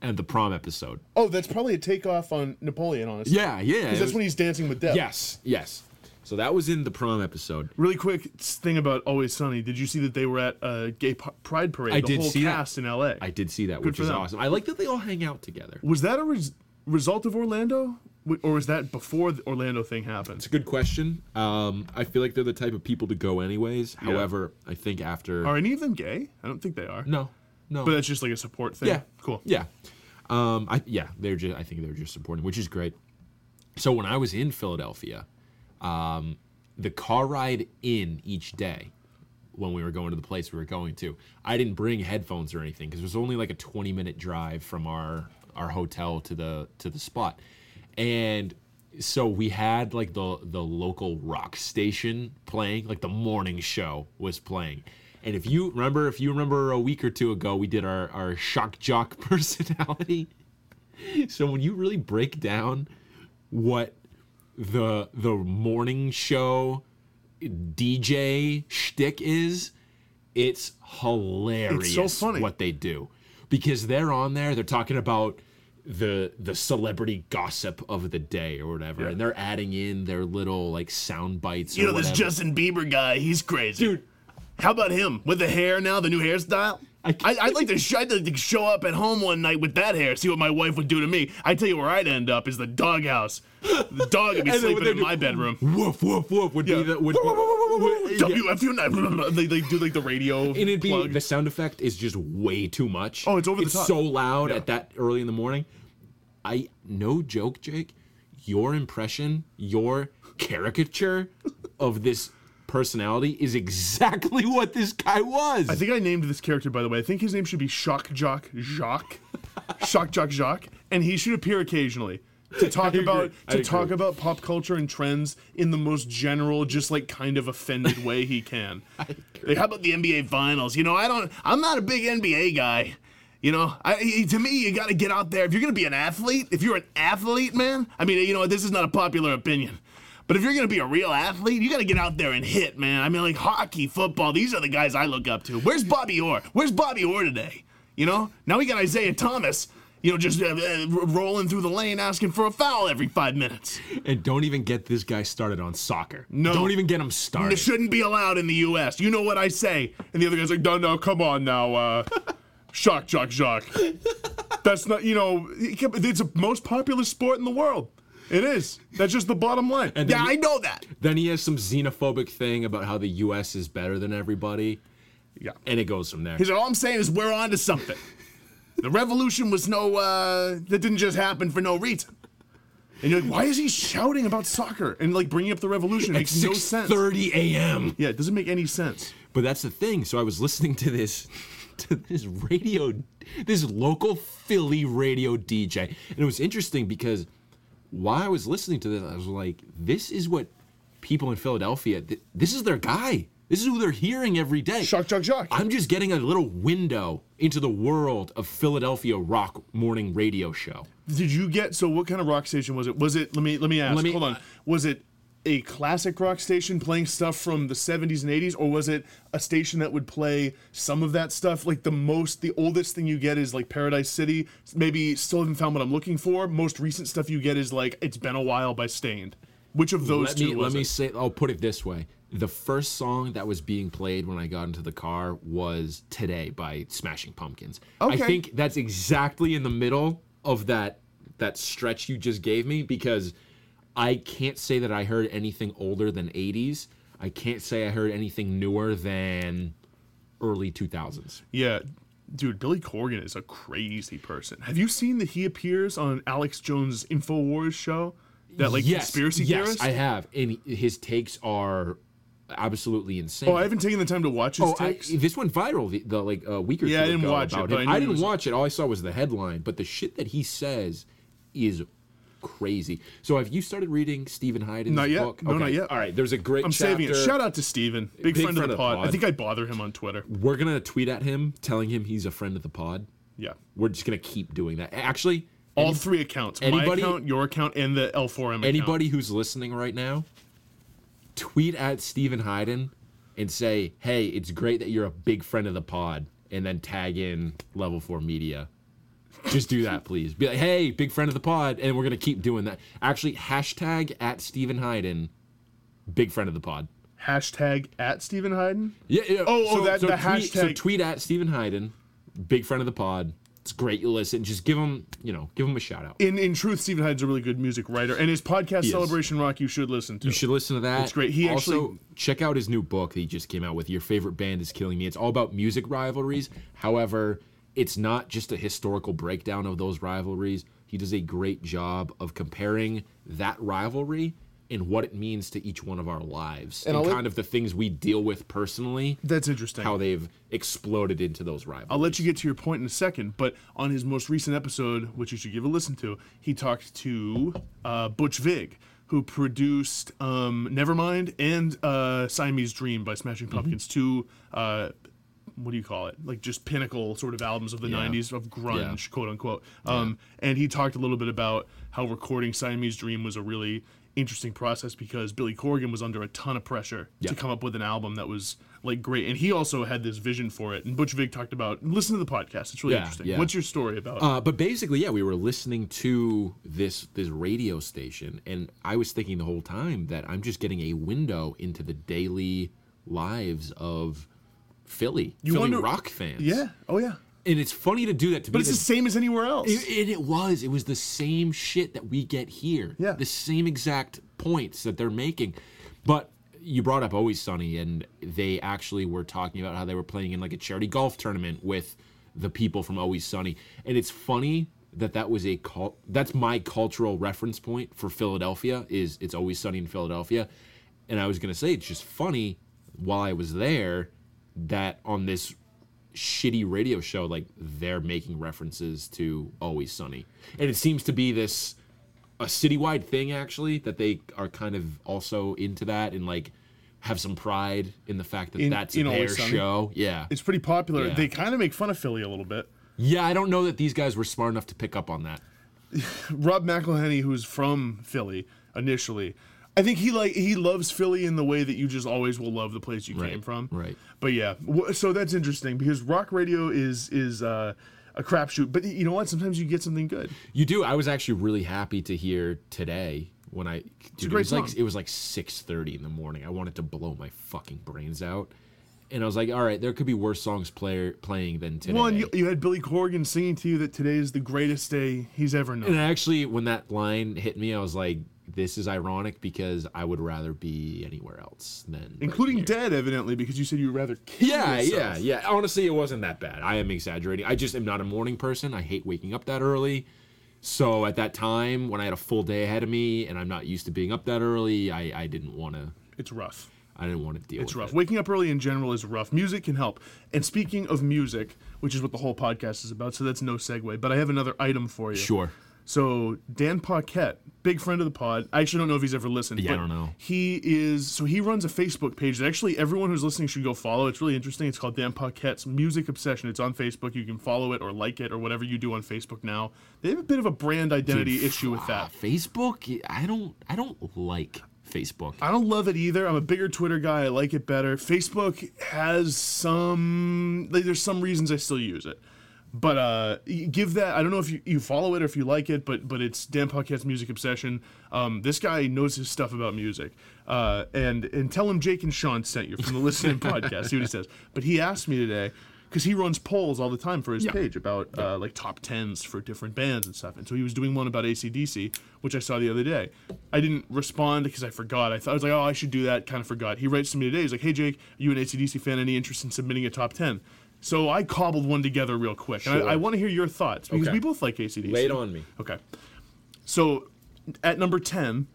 Speaker 1: and the prom episode.
Speaker 3: Oh, that's probably a takeoff on Napoleon, honestly.
Speaker 1: Yeah, yeah.
Speaker 3: Because that's when he's dancing with death.
Speaker 1: yes, yes. So that was in the prom episode.
Speaker 3: Really quick thing about Always Sunny. Did you see that they were at a gay p- pride parade?
Speaker 1: I
Speaker 3: the
Speaker 1: did
Speaker 3: whole
Speaker 1: see that.
Speaker 3: cast in L.A.
Speaker 1: I did see that, which
Speaker 3: for
Speaker 1: is
Speaker 3: them.
Speaker 1: awesome. I like that they all hang out together.
Speaker 3: was that a res- result of Orlando, W- or was that before the Orlando thing happened?
Speaker 1: It's a good question. Um, I feel like they're the type of people to go anyways. However, I think after
Speaker 3: Are any of them gay? I don't think they are.
Speaker 1: no, no,
Speaker 3: But that's just like a support thing.
Speaker 1: yeah,
Speaker 3: Cool.
Speaker 1: yeah, um, I yeah, they're just I think they're just supporting, which is great. So when I was in Philadelphia, um, the car ride in each day, when we were going to the place we were going to, I didn't bring headphones or anything because it was only like a 20 minute drive from our our hotel to the to the spot, and so we had like the the local rock station playing, like the morning show was playing. And if you remember, if you remember a week or two ago, we did our, our shock jock personality. so when you really break down what the the morning show DJ shtick is, it's hilarious
Speaker 3: funny.
Speaker 1: what they do. Because they're on there, they're talking about the the celebrity gossip of the day or whatever, and they're adding in their little like sound bites.
Speaker 3: You
Speaker 1: or
Speaker 3: know this
Speaker 1: whatever.
Speaker 3: Justin Bieber guy, he's crazy.
Speaker 1: dude.
Speaker 3: How about him with the hair now, the new hairstyle?
Speaker 1: I
Speaker 3: I,
Speaker 1: can't-
Speaker 3: I'd like to sh- I'd like to show up at home one night with that hair, see what my wife would do to me. I tell you where I'd end up is the doghouse. The dog would be
Speaker 1: And then what
Speaker 3: sleeping
Speaker 1: they
Speaker 3: in
Speaker 1: do-
Speaker 3: my bedroom.
Speaker 1: Woof woof woof would
Speaker 3: Yeah.
Speaker 1: be the would, would- yeah.
Speaker 3: WF United. They, they do like the radio
Speaker 1: and it'd be
Speaker 3: plug.
Speaker 1: the sound effect is just way too much.
Speaker 3: Oh, it's over the
Speaker 1: it's
Speaker 3: top.
Speaker 1: so loud
Speaker 3: Yeah.
Speaker 1: at that early in the morning. I no joke, Jake. Your impression, your caricature of this personality is exactly what this guy was.
Speaker 3: I think I named this character, by the way. I think his name should be Shock Jock Jacques. Shock Jock Jacques. And he should appear occasionally to talk
Speaker 1: agree.
Speaker 3: about
Speaker 1: I
Speaker 3: to
Speaker 1: agree.
Speaker 3: talk about pop culture and trends in the most general, just like kind of offended way he can. Like, how about the NBA finals? You know, I don't I'm not a big NBA guy. You know, I, he- to me, you got to get out there. If you're going to be an athlete, if you're an athlete, man, I mean, you know, this is not a popular opinion. But if you're going to be a real athlete, you got to get out there and hit, man. I mean, like hockey, football, these are the guys I look up to. Where's Bobby Orr? Where's Bobby Orr today? You know, now we got Isaiah Thomas, you know, just uh, uh, r- rolling through the lane asking for a foul every five minutes.
Speaker 1: and don't even get this guy started on soccer.
Speaker 3: No.
Speaker 1: don't even get him
Speaker 3: It
Speaker 1: started.
Speaker 3: shouldn't be allowed in the U.S. You know what I say. And the other guy's like, no, no, come on now. Uh, shock, jock, jock. That's not, you know, it's the most popular sport in the world. It is. That's just the bottom line.
Speaker 1: And
Speaker 3: yeah,
Speaker 1: then-
Speaker 3: I know that.
Speaker 1: Then he has some xenophobic thing about how the U.S. is better than everybody,
Speaker 3: Yeah.
Speaker 1: and it goes from there.
Speaker 3: He said, all I'm saying is we're on to something. The revolution was no, uh, that didn't just happen for no reason. And you're like, why is he shouting about soccer and like bringing up the revolution? It
Speaker 1: At
Speaker 3: makes no sense.
Speaker 1: 6:30 a.m.
Speaker 3: Yeah, it doesn't make any sense.
Speaker 1: But that's the thing. So I was listening to this to this radio this local Philly radio DJ. And it was interesting because while I was listening to this, I was like, this is what people in Philadelphia th- this is their guy. This is who they're hearing every day.
Speaker 3: Shock, shock, shock.
Speaker 1: I'm just getting a little window into the world of Philadelphia rock morning radio show.
Speaker 3: Did you get so what kind of rock station was it? Was it let me let me ask.
Speaker 1: Let me- uh,
Speaker 3: hold on. Was it a classic rock station playing stuff from the 70s and 80s or was it a station that would play some of that stuff like the most the oldest thing you get is like Paradise City, maybe still haven't found what I'm looking for. Most recent stuff you get is like It's Been a While by Stained. Which of those
Speaker 1: let
Speaker 3: two
Speaker 1: me
Speaker 3: was
Speaker 1: let me
Speaker 3: it?
Speaker 1: say I'll put it this way. The first song that was being played when I got into the car was Today by Smashing Pumpkins. I
Speaker 3: Okay.
Speaker 1: think that's exactly in the middle of that that stretch you just gave me because I can't say that I heard anything older than 80s. I can't say I heard anything newer than early 2000s.
Speaker 3: Yeah. Dude, Billy Corgan is a crazy person. Have you seen that he appears on Alex Jones' InfoWars show? That like conspiracy
Speaker 1: yes,
Speaker 3: theorist?
Speaker 1: I have. And his takes are absolutely insane.
Speaker 3: Oh, I haven't taken the time to watch his
Speaker 1: Oh, I,
Speaker 3: takes.
Speaker 1: this went viral the, the like a week or
Speaker 3: Yeah,
Speaker 1: two
Speaker 3: I didn't
Speaker 1: ago
Speaker 3: watch it,
Speaker 1: about
Speaker 3: but I
Speaker 1: him.
Speaker 3: knew
Speaker 1: I,
Speaker 3: it
Speaker 1: didn't
Speaker 3: was-
Speaker 1: watch it. All I saw was the headline, but the shit that he says is crazy. So have you started reading Stephen Hyden's
Speaker 3: Not yet.
Speaker 1: book?
Speaker 3: No, not yet.
Speaker 1: All right, there's a great
Speaker 3: I'm
Speaker 1: chapter.
Speaker 3: saving it. Shout out to Steven. Big, friend, of the pod. I think I bother him on Twitter.
Speaker 1: We're gonna tweet at him, telling him he's a friend of the pod.
Speaker 3: Yeah.
Speaker 1: We're just gonna keep doing that. Actually,
Speaker 3: All three accounts. My
Speaker 1: anybody-
Speaker 3: account, your account, and the L4M account.
Speaker 1: anybody who's listening right now, tweet at Stephen Hyden and say, "Hey, it's great that you're a big friend of the pod," and then tag in Level Four Media. Just do that, please. Be like, "Hey, big friend of the pod," and we're gonna keep doing that. Actually, hashtag at Stephen Hyden, big friend of the pod.
Speaker 3: Hashtag at Steven Hyden.
Speaker 1: Yeah. yeah.
Speaker 3: Oh, oh, that- the
Speaker 1: tweet, So
Speaker 3: hashtag-
Speaker 1: tweet at Stephen Hyden, big friend of the pod. It's great you listen. Just give him, you know, give him a shout out.
Speaker 3: In in truth, Steven Hyden's a really good music writer, and his podcast
Speaker 1: is.
Speaker 3: Celebration Rock you should listen to.
Speaker 1: You should listen to that.
Speaker 3: It's great. He
Speaker 1: also
Speaker 3: actually-
Speaker 1: check out his new book that he just came out with. Your favorite band is killing me. It's all about music rivalries. However, it's not just a historical breakdown of those rivalries. He does a great job of comparing that rivalry and what it means to each one of our lives
Speaker 4: And
Speaker 1: and,
Speaker 4: I'll let-
Speaker 1: kind of the things we deal with personally,
Speaker 3: That's interesting.
Speaker 1: how they've exploded into those
Speaker 3: I'll
Speaker 1: rivals.
Speaker 3: let you get to your point in a second, but on his most recent episode, which you should give a listen to, he talked to uh, Butch Vig, who produced um, Nevermind and uh, Siamese Dream by Smashing Pumpkins, two, uh, what do you call it? Like just pinnacle sort of albums of the 90s of grunge, quote unquote. Um, And he talked a little bit about how recording Siamese Dream was a really interesting process because Billy Corgan was under a ton of pressure
Speaker 1: Yeah.
Speaker 3: to come up with an album that was like great. And he also had this vision for it. And Butch Vig talked about listen to the podcast. It's really
Speaker 1: Yeah,
Speaker 3: interesting.
Speaker 1: yeah.
Speaker 3: What's your story about?
Speaker 1: Uh, but basically, yeah, we were listening to this this radio station, and I was thinking the whole time that I'm just getting a window into the daily lives of Philly, Philly
Speaker 3: wonder-
Speaker 1: rock fans.
Speaker 3: yeah. Oh yeah.
Speaker 1: and it's funny to do that to
Speaker 3: But
Speaker 1: be
Speaker 3: it's
Speaker 1: the-
Speaker 3: the same as anywhere else.
Speaker 1: It, and it was. It was the same shit that we get here.
Speaker 3: Yeah.
Speaker 1: The same exact points that they're making. But you brought up Always Sunny, and they actually were talking about how they were playing in like a charity golf tournament with the people from Always Sunny. And it's funny that that was a cult. That's my cultural reference point for Philadelphia. Is it's Always Sunny in Philadelphia, and I was gonna say it's just funny while I was there that on this shitty radio show, like they're making references to Always Sunny, and it seems to be this a citywide thing actually that they are kind of also into that and like have some pride in the fact that
Speaker 3: In-
Speaker 1: that's
Speaker 3: in
Speaker 1: their
Speaker 3: Always Sunny?
Speaker 1: show. Yeah,
Speaker 3: it's pretty popular.
Speaker 1: Yeah.
Speaker 3: They kind of make fun of Philly a little bit.
Speaker 1: yeah. I don't know that these guys were smart enough to pick up on that.
Speaker 3: Rob McElhenney, who's from Philly initially, I think he like he loves Philly in the way that you just always will love the place you
Speaker 1: Right,
Speaker 3: came from.
Speaker 1: right.
Speaker 3: But yeah, wh- so that's interesting because rock radio is is uh, a crapshoot. But you know what? Sometimes you get something good.
Speaker 1: You do. I was actually really happy to hear today when I. Dude,
Speaker 3: great
Speaker 1: it was like
Speaker 3: song.
Speaker 1: it was like six thirty in the morning. I wanted to blow my fucking brains out, and I was like, all right, there could be worse songs player playing than today.
Speaker 3: One, you, you had Billy Corgan singing to you that today is the greatest day he's ever known.
Speaker 1: And I actually, when that line hit me, I was like, this is ironic because I would rather be anywhere else than.
Speaker 3: Including dead, evidently, because you said you'd rather kill
Speaker 1: Yeah, yeah,
Speaker 3: yourself.
Speaker 1: yeah. Honestly, it wasn't that bad. I am exaggerating. I just am not a morning person. I hate waking up that early. So at that time, when I had a full day ahead of me and I'm not used to being up that early, I, I didn't want to.
Speaker 3: It's rough.
Speaker 1: I didn't want to deal
Speaker 3: It's
Speaker 1: with
Speaker 3: rough.
Speaker 1: it.
Speaker 3: Waking up early in general is rough. Music can help. And speaking of music, which is what the whole podcast is about, so that's no segue. But I have another item for you.
Speaker 1: Sure.
Speaker 3: So Dan Paquette, big friend of the pod. I actually don't know if he's ever listened.
Speaker 1: Yeah, I
Speaker 3: but
Speaker 1: don't know.
Speaker 3: He is so he runs a Facebook page that actually everyone who's listening should go follow. It's really interesting. It's called Dan Paquette's Music Obsession. It's on Facebook. You can follow it or like it or whatever you do on Facebook now. They have a bit of a brand identity issue with
Speaker 1: Ah,
Speaker 3: that.
Speaker 1: Facebook, I don't, I don't like Facebook.
Speaker 3: I don't love it either. I'm a bigger Twitter guy. I like it better. Facebook has some. Like, there's some reasons I still use it, but uh, y- give that. I don't know if you, you follow it or if you like it, but but it's Dan Paquette's music obsession. Um, this guy knows his stuff about music, uh, and and tell him Jake and Sean sent you from the listening podcast. See what he says. But he asked me today. Because he runs polls all the time for his page about uh, like top tens for different bands and stuff. And so he was doing one about ACDC, which I saw the other day. I didn't respond because I forgot. I thought I was like, oh, I should do that. Kind of forgot. He writes to me today. He's like, hey, Jake, are you an ACDC fan? Any interest in submitting a top 10? So I cobbled one together real quick. And I, I want to hear your thoughts because
Speaker 1: Okay.
Speaker 3: we both like ACDC.
Speaker 1: Lay it on me.
Speaker 3: Okay. So at number 10,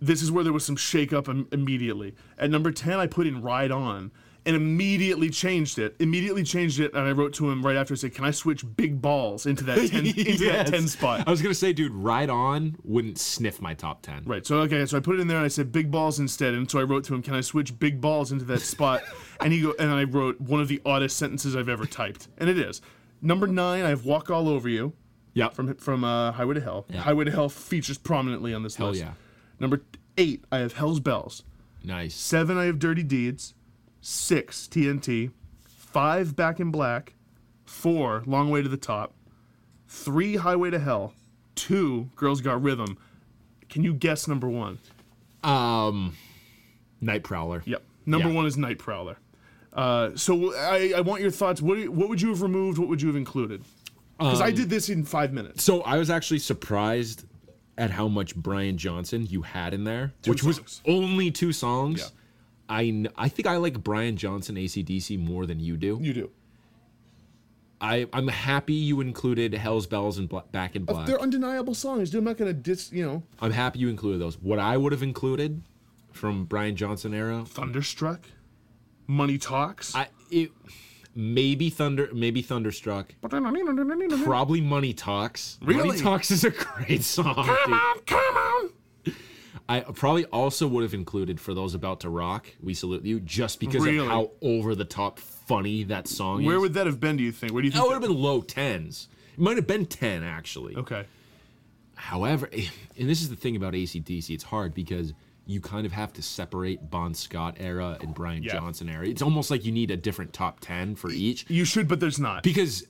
Speaker 3: this is where there was some shakeup Im- immediately. At number 10, I put in Ride On and immediately changed it. Immediately changed it. And I wrote to him right after I said, can I switch Big Balls into that 10, into that
Speaker 1: Yes.
Speaker 3: 10 spot?
Speaker 1: I was gonna say, dude, right on wouldn't sniff my top ten.
Speaker 3: Right. So okay. So I put it in there and I said big balls instead. And so I wrote to him, "Can I switch big balls into that spot?" and he go and I wrote one of the oddest sentences I've ever typed, and it is number nine. I have walk all over you
Speaker 1: Yeah.
Speaker 3: from from uh, Highway to Hell.
Speaker 1: Yeah.
Speaker 3: Highway to Hell features prominently on this
Speaker 1: Hell
Speaker 3: list.
Speaker 1: yeah.
Speaker 3: Number eight, I have Hell's Bells.
Speaker 1: nice.
Speaker 3: Seven, I have Dirty Deeds. Six, TNT. Five, Back in Black. Four, Long Way to the Top. Three, Highway to Hell. Two, Girls Got Rhythm. Can you guess number one?
Speaker 1: Um, Night Prowler.
Speaker 3: Yep. Number
Speaker 1: Yeah.
Speaker 3: one is Night Prowler. Uh, so I, I want your thoughts. What, do you- what would you have removed? What would you have included? Because
Speaker 1: Um,
Speaker 3: I did this in five minutes.
Speaker 1: So I was actually surprised at how much Brian Johnson you had in there, which was
Speaker 3: songs.
Speaker 1: only two songs.
Speaker 3: Yeah.
Speaker 1: I kn- I think I like Brian Johnson ACDC more than you do.
Speaker 3: You do.
Speaker 1: I I'm happy you included Hell's Bells and Bla- Back in Black.
Speaker 3: They're undeniable songs, dude. I'm not gonna dis. You know,
Speaker 1: I'm happy you included those. What I would have included from Brian Johnson era,
Speaker 3: Thunderstruck, Money Talks.
Speaker 1: I it maybe Thunder, maybe Thunderstruck, probably Money Talks.
Speaker 3: Really?
Speaker 1: Money Talks is a great song. dude.
Speaker 3: come on.
Speaker 1: I probably also would have included for those about to rock. We salute you just because
Speaker 3: Really?
Speaker 1: of how over the top funny that song
Speaker 3: Where
Speaker 1: is.
Speaker 3: would that have been? Do you think? Where do you
Speaker 1: that
Speaker 3: think?
Speaker 1: would have been low tens. It might have been ten actually.
Speaker 3: that- okay.
Speaker 1: However, and this is the thing about ACDC, it's hard because you kind of have to separate Bon Scott era and Brian
Speaker 3: Yeah.
Speaker 1: Johnson era. It's almost like you need a different top 10 for each
Speaker 3: You should, but there's not.
Speaker 1: because,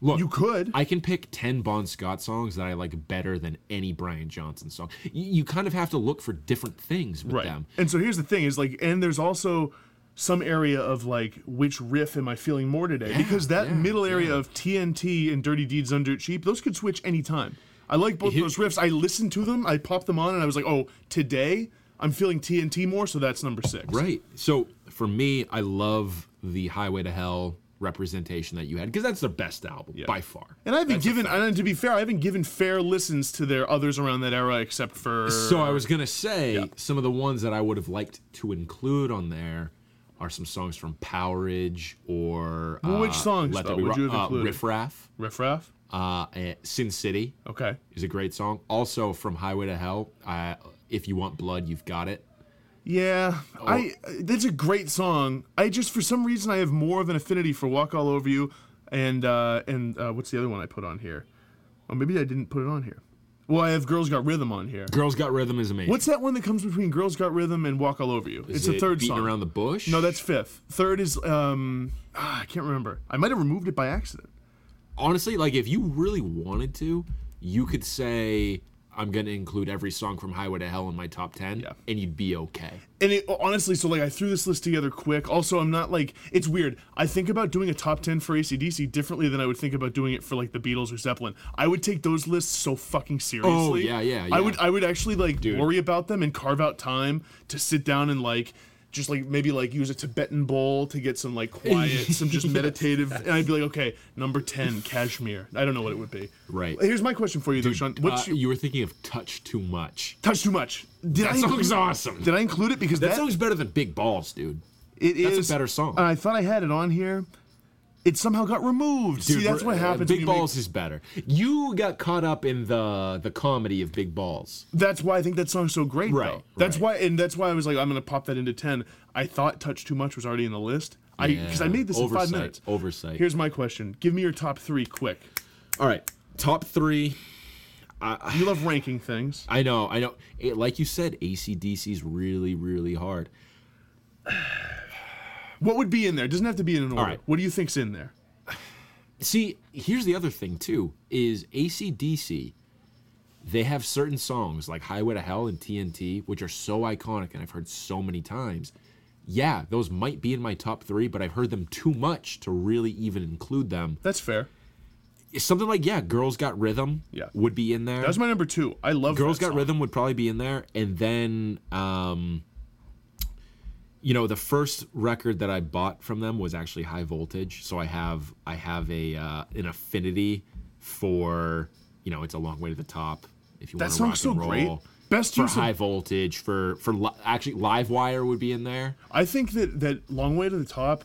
Speaker 1: look,
Speaker 3: You could.
Speaker 1: I can pick 10 Bon Scott songs that I like better than any Brian Johnson song. Y- You kind of have to look for different things with
Speaker 3: right.
Speaker 1: them.
Speaker 3: And so here's the thing: is like, and there's also some area of like which riff am I feeling more today? because that
Speaker 1: yeah,
Speaker 3: middle area of TNT and Dirty Deeds Under It Cheap, those could switch anytime. I like both
Speaker 1: Here-
Speaker 3: those riffs. I listened to them. I popped them on, and I was like, oh, today I'm feeling TNT more, so that's number six.
Speaker 1: Right. So for me, I love the Highway to Hell representation that you had because that's their best album by far.
Speaker 3: And I haven't given, and to be fair, I haven't given fair listens to their others around that era except for.
Speaker 1: So I was gonna say some of the ones that I would have liked to include on there are some songs from Powerage or uh,
Speaker 3: Which songs,
Speaker 1: Let
Speaker 3: though,
Speaker 1: There Be
Speaker 3: would
Speaker 1: Rock-
Speaker 3: you have
Speaker 1: uh,
Speaker 3: included?
Speaker 1: Riff Raff,
Speaker 3: Riff Raff?
Speaker 1: uh, eh, Sin City
Speaker 3: Okay.
Speaker 1: is a great song. Also from Highway to Hell, uh, If You Want Blood, You've Got It.
Speaker 3: Yeah,
Speaker 1: Oh.
Speaker 3: I. That's a great song. I just for some reason I have more of an affinity for "Walk All Over You," and uh, and uh, what's the other one I put on here? Or maybe I didn't put it on here. Well, I have "Girls Got Rhythm" on here.
Speaker 1: Girls Got Rhythm is amazing.
Speaker 3: What's that one that comes between "Girls Got Rhythm" and "Walk All Over You"?
Speaker 1: Is
Speaker 3: it's a
Speaker 1: it
Speaker 3: third
Speaker 1: Beating
Speaker 3: song.
Speaker 1: Around the Bush.
Speaker 3: no, that's fifth. Third is um, ah, I can't remember. I might have removed it by accident.
Speaker 1: honestly, like if you really wanted to, you could say I'm gonna include every song from Highway to Hell in my top ten,
Speaker 3: Yeah.
Speaker 1: and you'd be okay.
Speaker 3: And it, honestly, so like I threw this list together quick. Also, I'm not like it's weird. I think about doing a top ten for ACDC differently than I would think about doing it for like the Beatles or Zeppelin. I would take those lists so fucking seriously.
Speaker 1: Oh, yeah, yeah,
Speaker 3: I
Speaker 1: yeah.
Speaker 3: would, I would actually like worry about them and carve out time to sit down and like just like maybe like use a Tibetan bowl to get some like quiet, some just meditative. And I'd be like, okay, number ten, Kashmir. I don't know what it would be.
Speaker 1: Right.
Speaker 3: Here's my question for you, though, Sean. What's
Speaker 1: Uh,
Speaker 3: your,
Speaker 1: you were thinking of Touch Too Much.
Speaker 3: touch too much? Did
Speaker 1: That
Speaker 3: I include-
Speaker 1: song's awesome.
Speaker 3: Did I include it because
Speaker 1: That
Speaker 3: that
Speaker 1: song's better than Big Balls, dude.
Speaker 3: It is
Speaker 1: That's a better song.
Speaker 3: I thought I had it on here. It somehow got removed.
Speaker 1: Dude,
Speaker 3: See, that's
Speaker 1: we're-
Speaker 3: what
Speaker 1: uh,
Speaker 3: happens. when
Speaker 1: Big
Speaker 3: you make-
Speaker 1: Balls is better. You got caught up in the the comedy of Big Balls.
Speaker 3: that's why I think that song's so great.
Speaker 1: Right,
Speaker 3: Though. That's
Speaker 1: right.
Speaker 3: why, and that's why I was like, I'm gonna pop that into ten. I thought "Touch Too Much" was already in the list. I because I
Speaker 1: Yeah.
Speaker 3: made this in
Speaker 1: Oversight,
Speaker 3: five minutes.
Speaker 1: oversight.
Speaker 3: Here's my question. Give me your top three quick.
Speaker 1: All right, top three.
Speaker 3: You love ranking things.
Speaker 1: I know, I know. It, like you said, ACDC's really, really hard.
Speaker 3: What would be in there? It doesn't have to be in an order.
Speaker 1: right.
Speaker 3: What do you think's in there?
Speaker 1: See, here's the other thing too: is ACDC. They have certain songs like "Highway to Hell" and TNT, which are so iconic and I've heard so many times. Yeah, those might be in my top three, but I've heard them too much to really even include them.
Speaker 3: That's fair.
Speaker 1: Something like yeah, "Girls Got Rhythm"
Speaker 3: Yeah.
Speaker 1: would be in there.
Speaker 3: That was my number two. I love
Speaker 1: Girls
Speaker 3: that
Speaker 1: Got
Speaker 3: song.
Speaker 1: Rhythm would probably be in there, and then, um, you know, the first record that I bought from them was actually High Voltage, so I have I have a uh, an affinity for you know it's a long way to the top. If you
Speaker 3: That
Speaker 1: want to rock
Speaker 3: song's so
Speaker 1: and roll,
Speaker 3: great. Best
Speaker 1: for
Speaker 3: use of
Speaker 1: High Voltage for for li- actually Live Wire would be in there.
Speaker 3: I think that that long way to the top,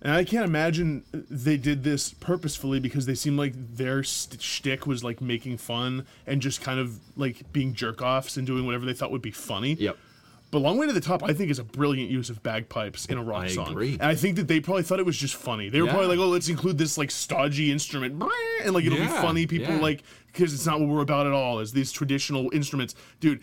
Speaker 3: and I can't imagine they did this purposefully because they seem like their st- shtick was like making fun and just kind of like being jerk offs and doing whatever they thought would be funny.
Speaker 1: Yep.
Speaker 3: But long way to the top, I think is a brilliant use of bagpipes in a rock
Speaker 1: I
Speaker 3: song,
Speaker 1: agree.
Speaker 3: and I think that they probably thought it was just funny. They were
Speaker 1: Yeah.
Speaker 3: probably like, "Oh, let's include this like stodgy instrument, and like it'll be
Speaker 1: Yeah,
Speaker 3: funny." People
Speaker 1: yeah.
Speaker 3: like because it's not what we're about at all. Is these traditional instruments, dude?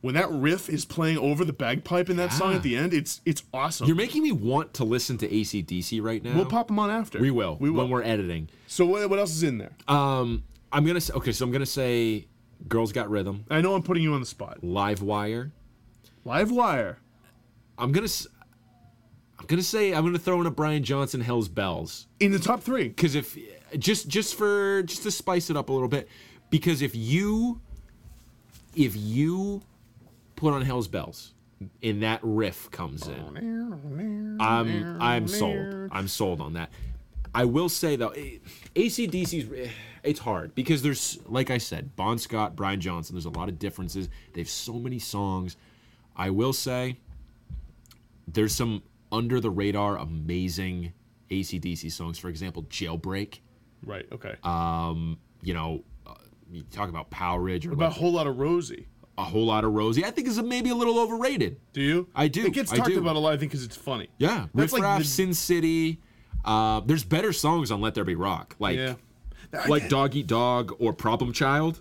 Speaker 3: When that riff is playing over the bagpipe in that song
Speaker 1: Yeah.
Speaker 3: at the end, it's it's awesome.
Speaker 1: You're making me want to listen to ACDC right now.
Speaker 3: We'll pop them on after.
Speaker 1: We will.
Speaker 3: We will.
Speaker 1: when we're editing.
Speaker 3: so what, what else is in there?
Speaker 1: Um, I'm gonna say, okay, so I'm gonna say Girls Got Rhythm,
Speaker 3: I know I'm putting you on the spot.
Speaker 1: Live Wire.
Speaker 3: Live wire.
Speaker 1: I'm gonna. s- I'm gonna say I'm gonna throw in a Brian Johnson Hell's Bells
Speaker 3: in the top three.
Speaker 1: because if just just for just to spice it up a little bit because if you if you put on Hell's Bells and that riff comes in, I'm I'm sold. I'm sold on that. I will say though, eh, ACDC's eh, it's hard because there's like I said, Bon Scott, Brian Johnson. There's a lot of differences. They have so many songs. I will say, there's some under the radar amazing ACDC songs. For example, Jailbreak.
Speaker 3: Right. Okay.
Speaker 1: You know, uh, you talk about Power Ridge or
Speaker 3: about a
Speaker 1: like
Speaker 3: whole lot of Rosie.
Speaker 1: a whole lot of Rosie. I think is maybe a little overrated.
Speaker 3: Do you?
Speaker 1: I do,
Speaker 3: It gets
Speaker 1: I
Speaker 3: talked
Speaker 1: do.
Speaker 3: about a lot, I think, because it's funny.
Speaker 1: Yeah, Riff
Speaker 3: That's like
Speaker 1: Raff,
Speaker 3: the-
Speaker 1: Sin City. Uh, there's better songs on Let There Be Rock, like
Speaker 3: Yeah.
Speaker 1: like Dog Eat Dog or Problem Child.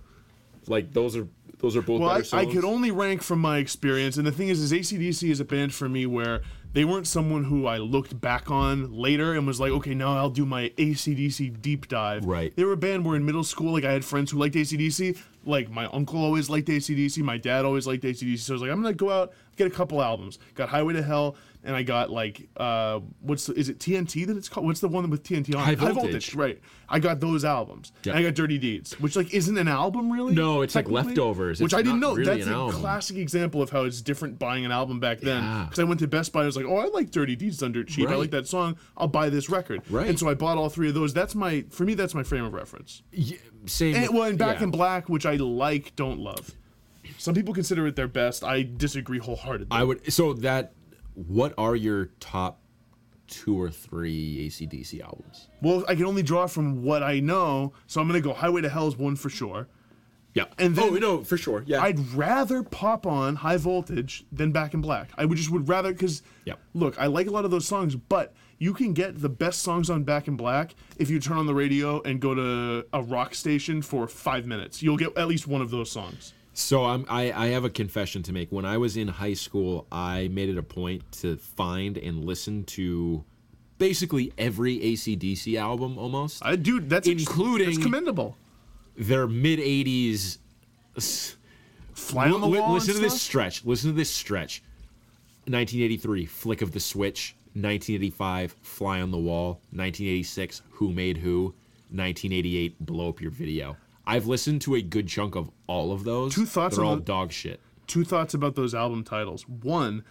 Speaker 1: Like those are those are both
Speaker 3: Well,
Speaker 1: better
Speaker 3: I, I
Speaker 1: songs.
Speaker 3: could only rank from my experience, and the thing is, is ACDC is a band for me where they weren't someone who I looked back on later and was like, okay, now I'll do my ACDC deep dive.
Speaker 1: Right.
Speaker 3: They were a band where in middle school, like I had friends who liked ACDC. Like my uncle always liked ACDC, my dad always liked ACDC. So I was like, I'm gonna go out get a couple albums. Got Highway to Hell, and I got like, uh, what's the, is it TNT that it's called? What's the one with TNT on? it?
Speaker 1: High Voltage.
Speaker 3: right? I got those albums.
Speaker 1: Yeah.
Speaker 3: And I got Dirty Deeds, which like isn't an album really.
Speaker 1: No, it's like
Speaker 3: technically,
Speaker 1: leftovers.
Speaker 3: Which
Speaker 1: It's
Speaker 3: I didn't
Speaker 1: not
Speaker 3: know.
Speaker 1: really
Speaker 3: That's
Speaker 1: an
Speaker 3: a
Speaker 1: album.
Speaker 3: classic example of how it's different buying an album back then.
Speaker 1: Yeah.
Speaker 3: Because I went to Best Buy and I was like, oh, I like Dirty Deeds Under Cheap. I
Speaker 1: Right.
Speaker 3: like that song. I'll buy this record.
Speaker 1: Right.
Speaker 3: And so I bought all three of those. That's my, for me, that's my frame of reference.
Speaker 1: Yeah, same.
Speaker 3: And, Eh, well, and Back
Speaker 1: yeah.
Speaker 3: in Black, which I like, don't love. Some people consider it their best. I disagree wholeheartedly.
Speaker 1: I would. So that. What are your top two or three ACDC albums?
Speaker 3: well, I can only draw from what I know. So I'm going to go Highway to Hell is one for sure.
Speaker 1: Yeah.
Speaker 3: And then-
Speaker 1: oh no, for sure. Yeah.
Speaker 3: I'd rather pop on High Voltage than Back in Black. I would just would rather because
Speaker 1: Yep.
Speaker 3: look, I like a lot of those songs, but you can get the best songs on Back in Black if you turn on the radio and go to a rock station for five minutes. You'll get at least one of those songs.
Speaker 1: So I'm, I, I have a confession to make. When I was in high school, I made it a point to find and listen to basically every ACDC album almost.
Speaker 3: I dude, that's ex-
Speaker 1: Including-
Speaker 3: that's commendable.
Speaker 1: Their mid 80s.
Speaker 3: Fly on the wall.
Speaker 1: listen
Speaker 3: and
Speaker 1: to this
Speaker 3: stuff?
Speaker 1: stretch. Listen to this stretch. 1983, Flick of the Switch. 1985, Fly on the Wall. 1986, Who Made Who. 1988, Blow Up Your Video. I've listened to a good chunk of all of those.
Speaker 3: Two thoughts
Speaker 1: They're
Speaker 3: on
Speaker 1: all
Speaker 3: the-
Speaker 1: dog shit.
Speaker 3: Two thoughts about those album titles. One,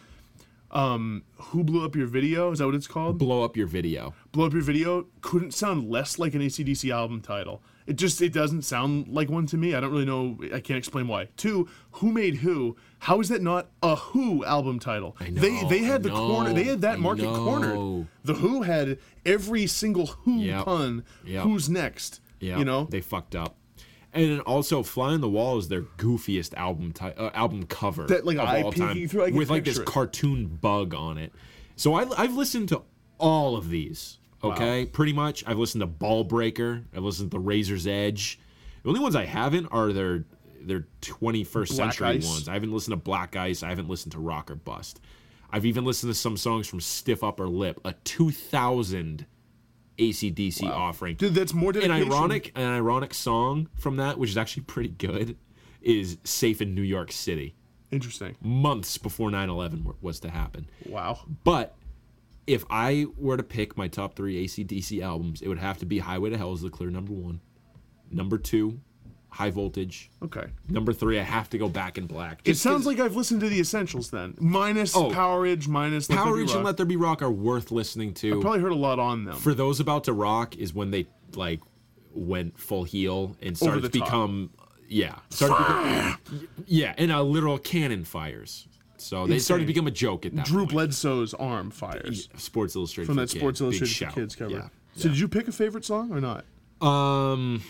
Speaker 3: um, who blew up your video? Is that what it's called?
Speaker 1: Blow Up Your Video.
Speaker 3: Blow Up Your Video couldn't sound less like an ACDC album title. It just it doesn't sound like one to me. I don't really know. I can't explain why. Two, Who Made Who? How is that not a Who album title?
Speaker 1: I know,
Speaker 3: they they had
Speaker 1: I
Speaker 3: the corner. They
Speaker 1: know,
Speaker 3: had that
Speaker 1: I
Speaker 3: market cornered.
Speaker 1: know.
Speaker 3: The Who had every single Who
Speaker 1: Yep,
Speaker 3: pun.
Speaker 1: yep.
Speaker 3: Who's next?
Speaker 1: Yeah,
Speaker 3: You know.
Speaker 1: they fucked up. And then also, "Fly on the Wall" is their goofiest album ti- uh, album cover
Speaker 3: That, like,
Speaker 1: of
Speaker 3: eye
Speaker 1: all
Speaker 3: peeking
Speaker 1: time,
Speaker 3: through, I can
Speaker 1: with like this
Speaker 3: picture it.
Speaker 1: cartoon bug on it. So I, I've listened to all of these. Okay, pretty much. I've listened to Ball Breaker. I've listened to The Razor's Edge. The only ones I haven't are their their 21st
Speaker 3: Black
Speaker 1: century
Speaker 3: Ice.
Speaker 1: ones. I haven't listened to Black Ice. I haven't listened to Rock or Bust. I've even listened to some songs from Stiff Upper Lip, a 2000 ACDC offering
Speaker 3: Dude, that's more
Speaker 1: an
Speaker 3: dedication.
Speaker 1: ironic an ironic song from that, which is actually pretty good, is "Safe in New York City."
Speaker 3: Interesting.
Speaker 1: Months before 9/11 wa- was to happen,
Speaker 3: Wow.
Speaker 1: but if I were to pick my top three ACDC albums, it would have to be "Highway to Hell" is the clear number one, number two, "High Voltage,"
Speaker 3: Okay.
Speaker 1: number three. I have to go back in black.
Speaker 3: It sounds like I've listened to the essentials then, minus
Speaker 1: Oh.
Speaker 3: Powerage, minus Let There Be
Speaker 1: Power Ridge and
Speaker 3: Rock.
Speaker 1: "Let There Be Rock" are worth listening to.
Speaker 3: Probably heard a lot on them.
Speaker 1: for those about to rock is when they like went full heel and started
Speaker 3: the
Speaker 1: to
Speaker 3: top.
Speaker 1: become yeah started to become- yeah and a literal cannon fires so they started to
Speaker 3: Insane.
Speaker 1: become a joke at that
Speaker 3: Drew
Speaker 1: point.
Speaker 3: Bledsoe's arm fires.
Speaker 1: Sports Illustrated
Speaker 3: from
Speaker 1: for
Speaker 3: that
Speaker 1: Kid.
Speaker 3: Sports
Speaker 1: Big
Speaker 3: Illustrated for
Speaker 1: shout.
Speaker 3: Kids cover.
Speaker 1: Yeah.
Speaker 3: So did you pick a favorite song or not?
Speaker 1: um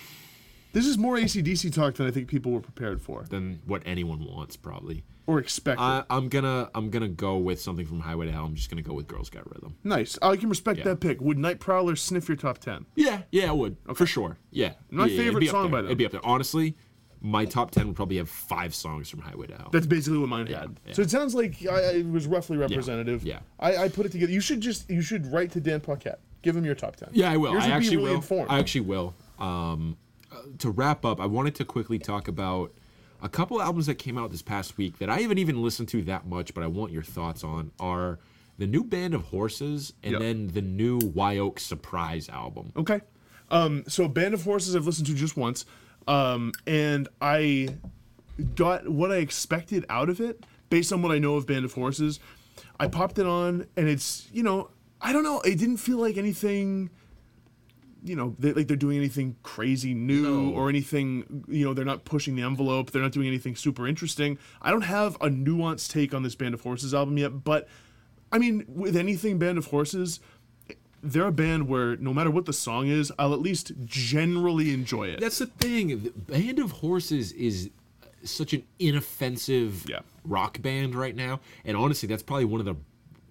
Speaker 3: This is more ACDC talk than I think people were prepared for
Speaker 1: than what anyone wants probably
Speaker 3: or expected.
Speaker 1: I, I'm gonna I'm gonna go with something from Highway to Hell I'm just gonna go with Girls Got Rhythm
Speaker 3: nice. I can respect
Speaker 1: Yeah.
Speaker 3: that pick. Would Night Prowler sniff your top 10?
Speaker 1: yeah yeah I would for sure yeah Yeah,
Speaker 3: My
Speaker 1: yeah, it'd
Speaker 3: favorite
Speaker 1: be up
Speaker 3: song
Speaker 1: there.
Speaker 3: by them.
Speaker 1: it'd be up there honestly my top ten would probably have five songs from Highway to Hell
Speaker 3: That's basically what mine had. So it sounds like I, I it was roughly representative.
Speaker 1: yeah.
Speaker 3: I, I put it together. You should just you should write to Dan Paquette. Give him your top 10.
Speaker 1: Yeah, I will.
Speaker 3: Yours
Speaker 1: I
Speaker 3: would be
Speaker 1: actually
Speaker 3: really
Speaker 1: will.
Speaker 3: informed.
Speaker 1: I actually will. Um, uh, to wrap up, I wanted to quickly talk about a couple albums that came out this past week that I haven't even listened to that much, but I want your thoughts on are the new Band of Horses and
Speaker 3: Yep.
Speaker 1: then the new Wyoke Surprise album.
Speaker 3: Okay. Um, so Band of Horses I've listened to just once, um, and I got what I expected out of it based on what I know of Band of Horses. I popped it on, and it's you know I don't know. It didn't feel like anything you know, they, like they're doing anything crazy new or anything. You know, they're not pushing the envelope. They're not doing anything super interesting. I don't have a nuanced take on this Band of Horses album yet, but I mean, with anything Band of Horses, they're a band where no matter what the song is, I'll at least generally enjoy it.
Speaker 1: That's the thing. The Band of Horses is such an inoffensive
Speaker 3: Yeah.
Speaker 1: rock band right now, and honestly, that's probably one of the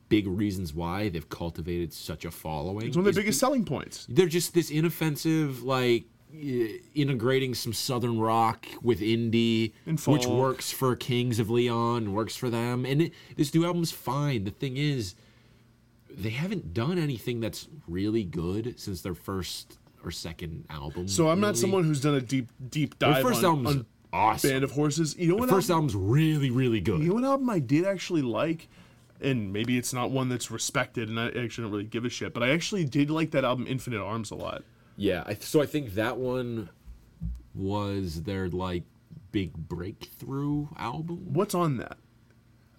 Speaker 1: big reasons why they've cultivated such a following.
Speaker 3: It's one of
Speaker 1: is
Speaker 3: their biggest selling points.
Speaker 1: they're just this inoffensive like i- integrating some southern rock with indie
Speaker 3: And
Speaker 1: which
Speaker 3: folk.
Speaker 1: works for kings of leon works for them and it, this new album's fine the thing is they haven't done anything that's really good since their first or second album
Speaker 3: So I'm not
Speaker 1: really.
Speaker 3: someone who's done a deep deep
Speaker 1: their
Speaker 3: dive
Speaker 1: first
Speaker 3: on,
Speaker 1: album's
Speaker 3: on
Speaker 1: awesome
Speaker 3: Band of Horses. You know what?
Speaker 1: first
Speaker 3: album,
Speaker 1: album's really really good
Speaker 3: you know what album I did actually like, and maybe it's not one that's respected, and I actually don't really give a shit. But I actually did like that album, Infinite Arms, a lot.
Speaker 1: yeah I, so i think that one was their like big breakthrough album
Speaker 3: What's on that?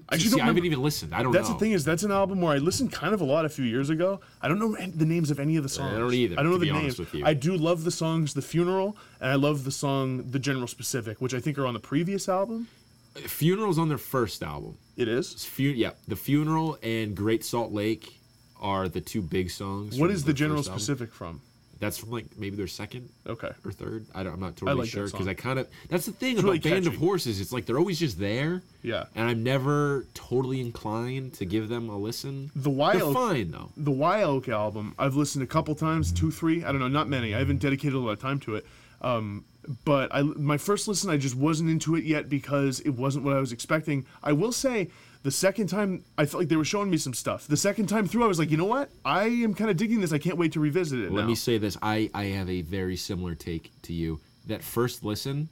Speaker 3: I
Speaker 1: See,
Speaker 3: actually
Speaker 1: i
Speaker 3: don't
Speaker 1: haven't
Speaker 3: remember.
Speaker 1: even listened i don't
Speaker 3: That's
Speaker 1: know
Speaker 3: the thing is that's an album where I listened kind of a lot a few years ago. I don't know an- the names of any of the songs.
Speaker 1: don't either,
Speaker 3: I don't know
Speaker 1: to be
Speaker 3: the
Speaker 1: honest
Speaker 3: names.
Speaker 1: with you.
Speaker 3: I do love the songs "The Funeral" and I love the song "The General Specific," which I think are on the previous album.
Speaker 1: Funeral's on their first album.
Speaker 3: It is.
Speaker 1: It's fu- yeah, The Funeral and Great Salt Lake are the two big songs.
Speaker 3: What
Speaker 1: from
Speaker 3: is
Speaker 1: their
Speaker 3: the General
Speaker 1: first album.
Speaker 3: Specific from?
Speaker 1: That's from like maybe their second
Speaker 3: Okay.
Speaker 1: or third. I don't, I'm not totally
Speaker 3: like that
Speaker 1: sure because
Speaker 3: song.
Speaker 1: I kind of that's the thing about
Speaker 3: really
Speaker 1: Band of
Speaker 3: catchy.
Speaker 1: Horses. It's like they're always just there.
Speaker 3: Yeah.
Speaker 1: and I'm never totally inclined to give them a listen.
Speaker 3: The
Speaker 1: They're
Speaker 3: Wild
Speaker 1: fine though.
Speaker 3: the Y Oak album, I've listened a couple times, two, three. I don't know, not many. I haven't dedicated a lot of time to it. Um, but I, my first listen, I just wasn't into it yet because it wasn't what I was expecting. I will say, the second time, I felt like they were showing me some stuff. The second time through, I was like, you know what? I am kind of digging this. I can't wait to revisit it.
Speaker 1: Let
Speaker 3: now.
Speaker 1: me say this. I, I have a very similar take to you. That first listen,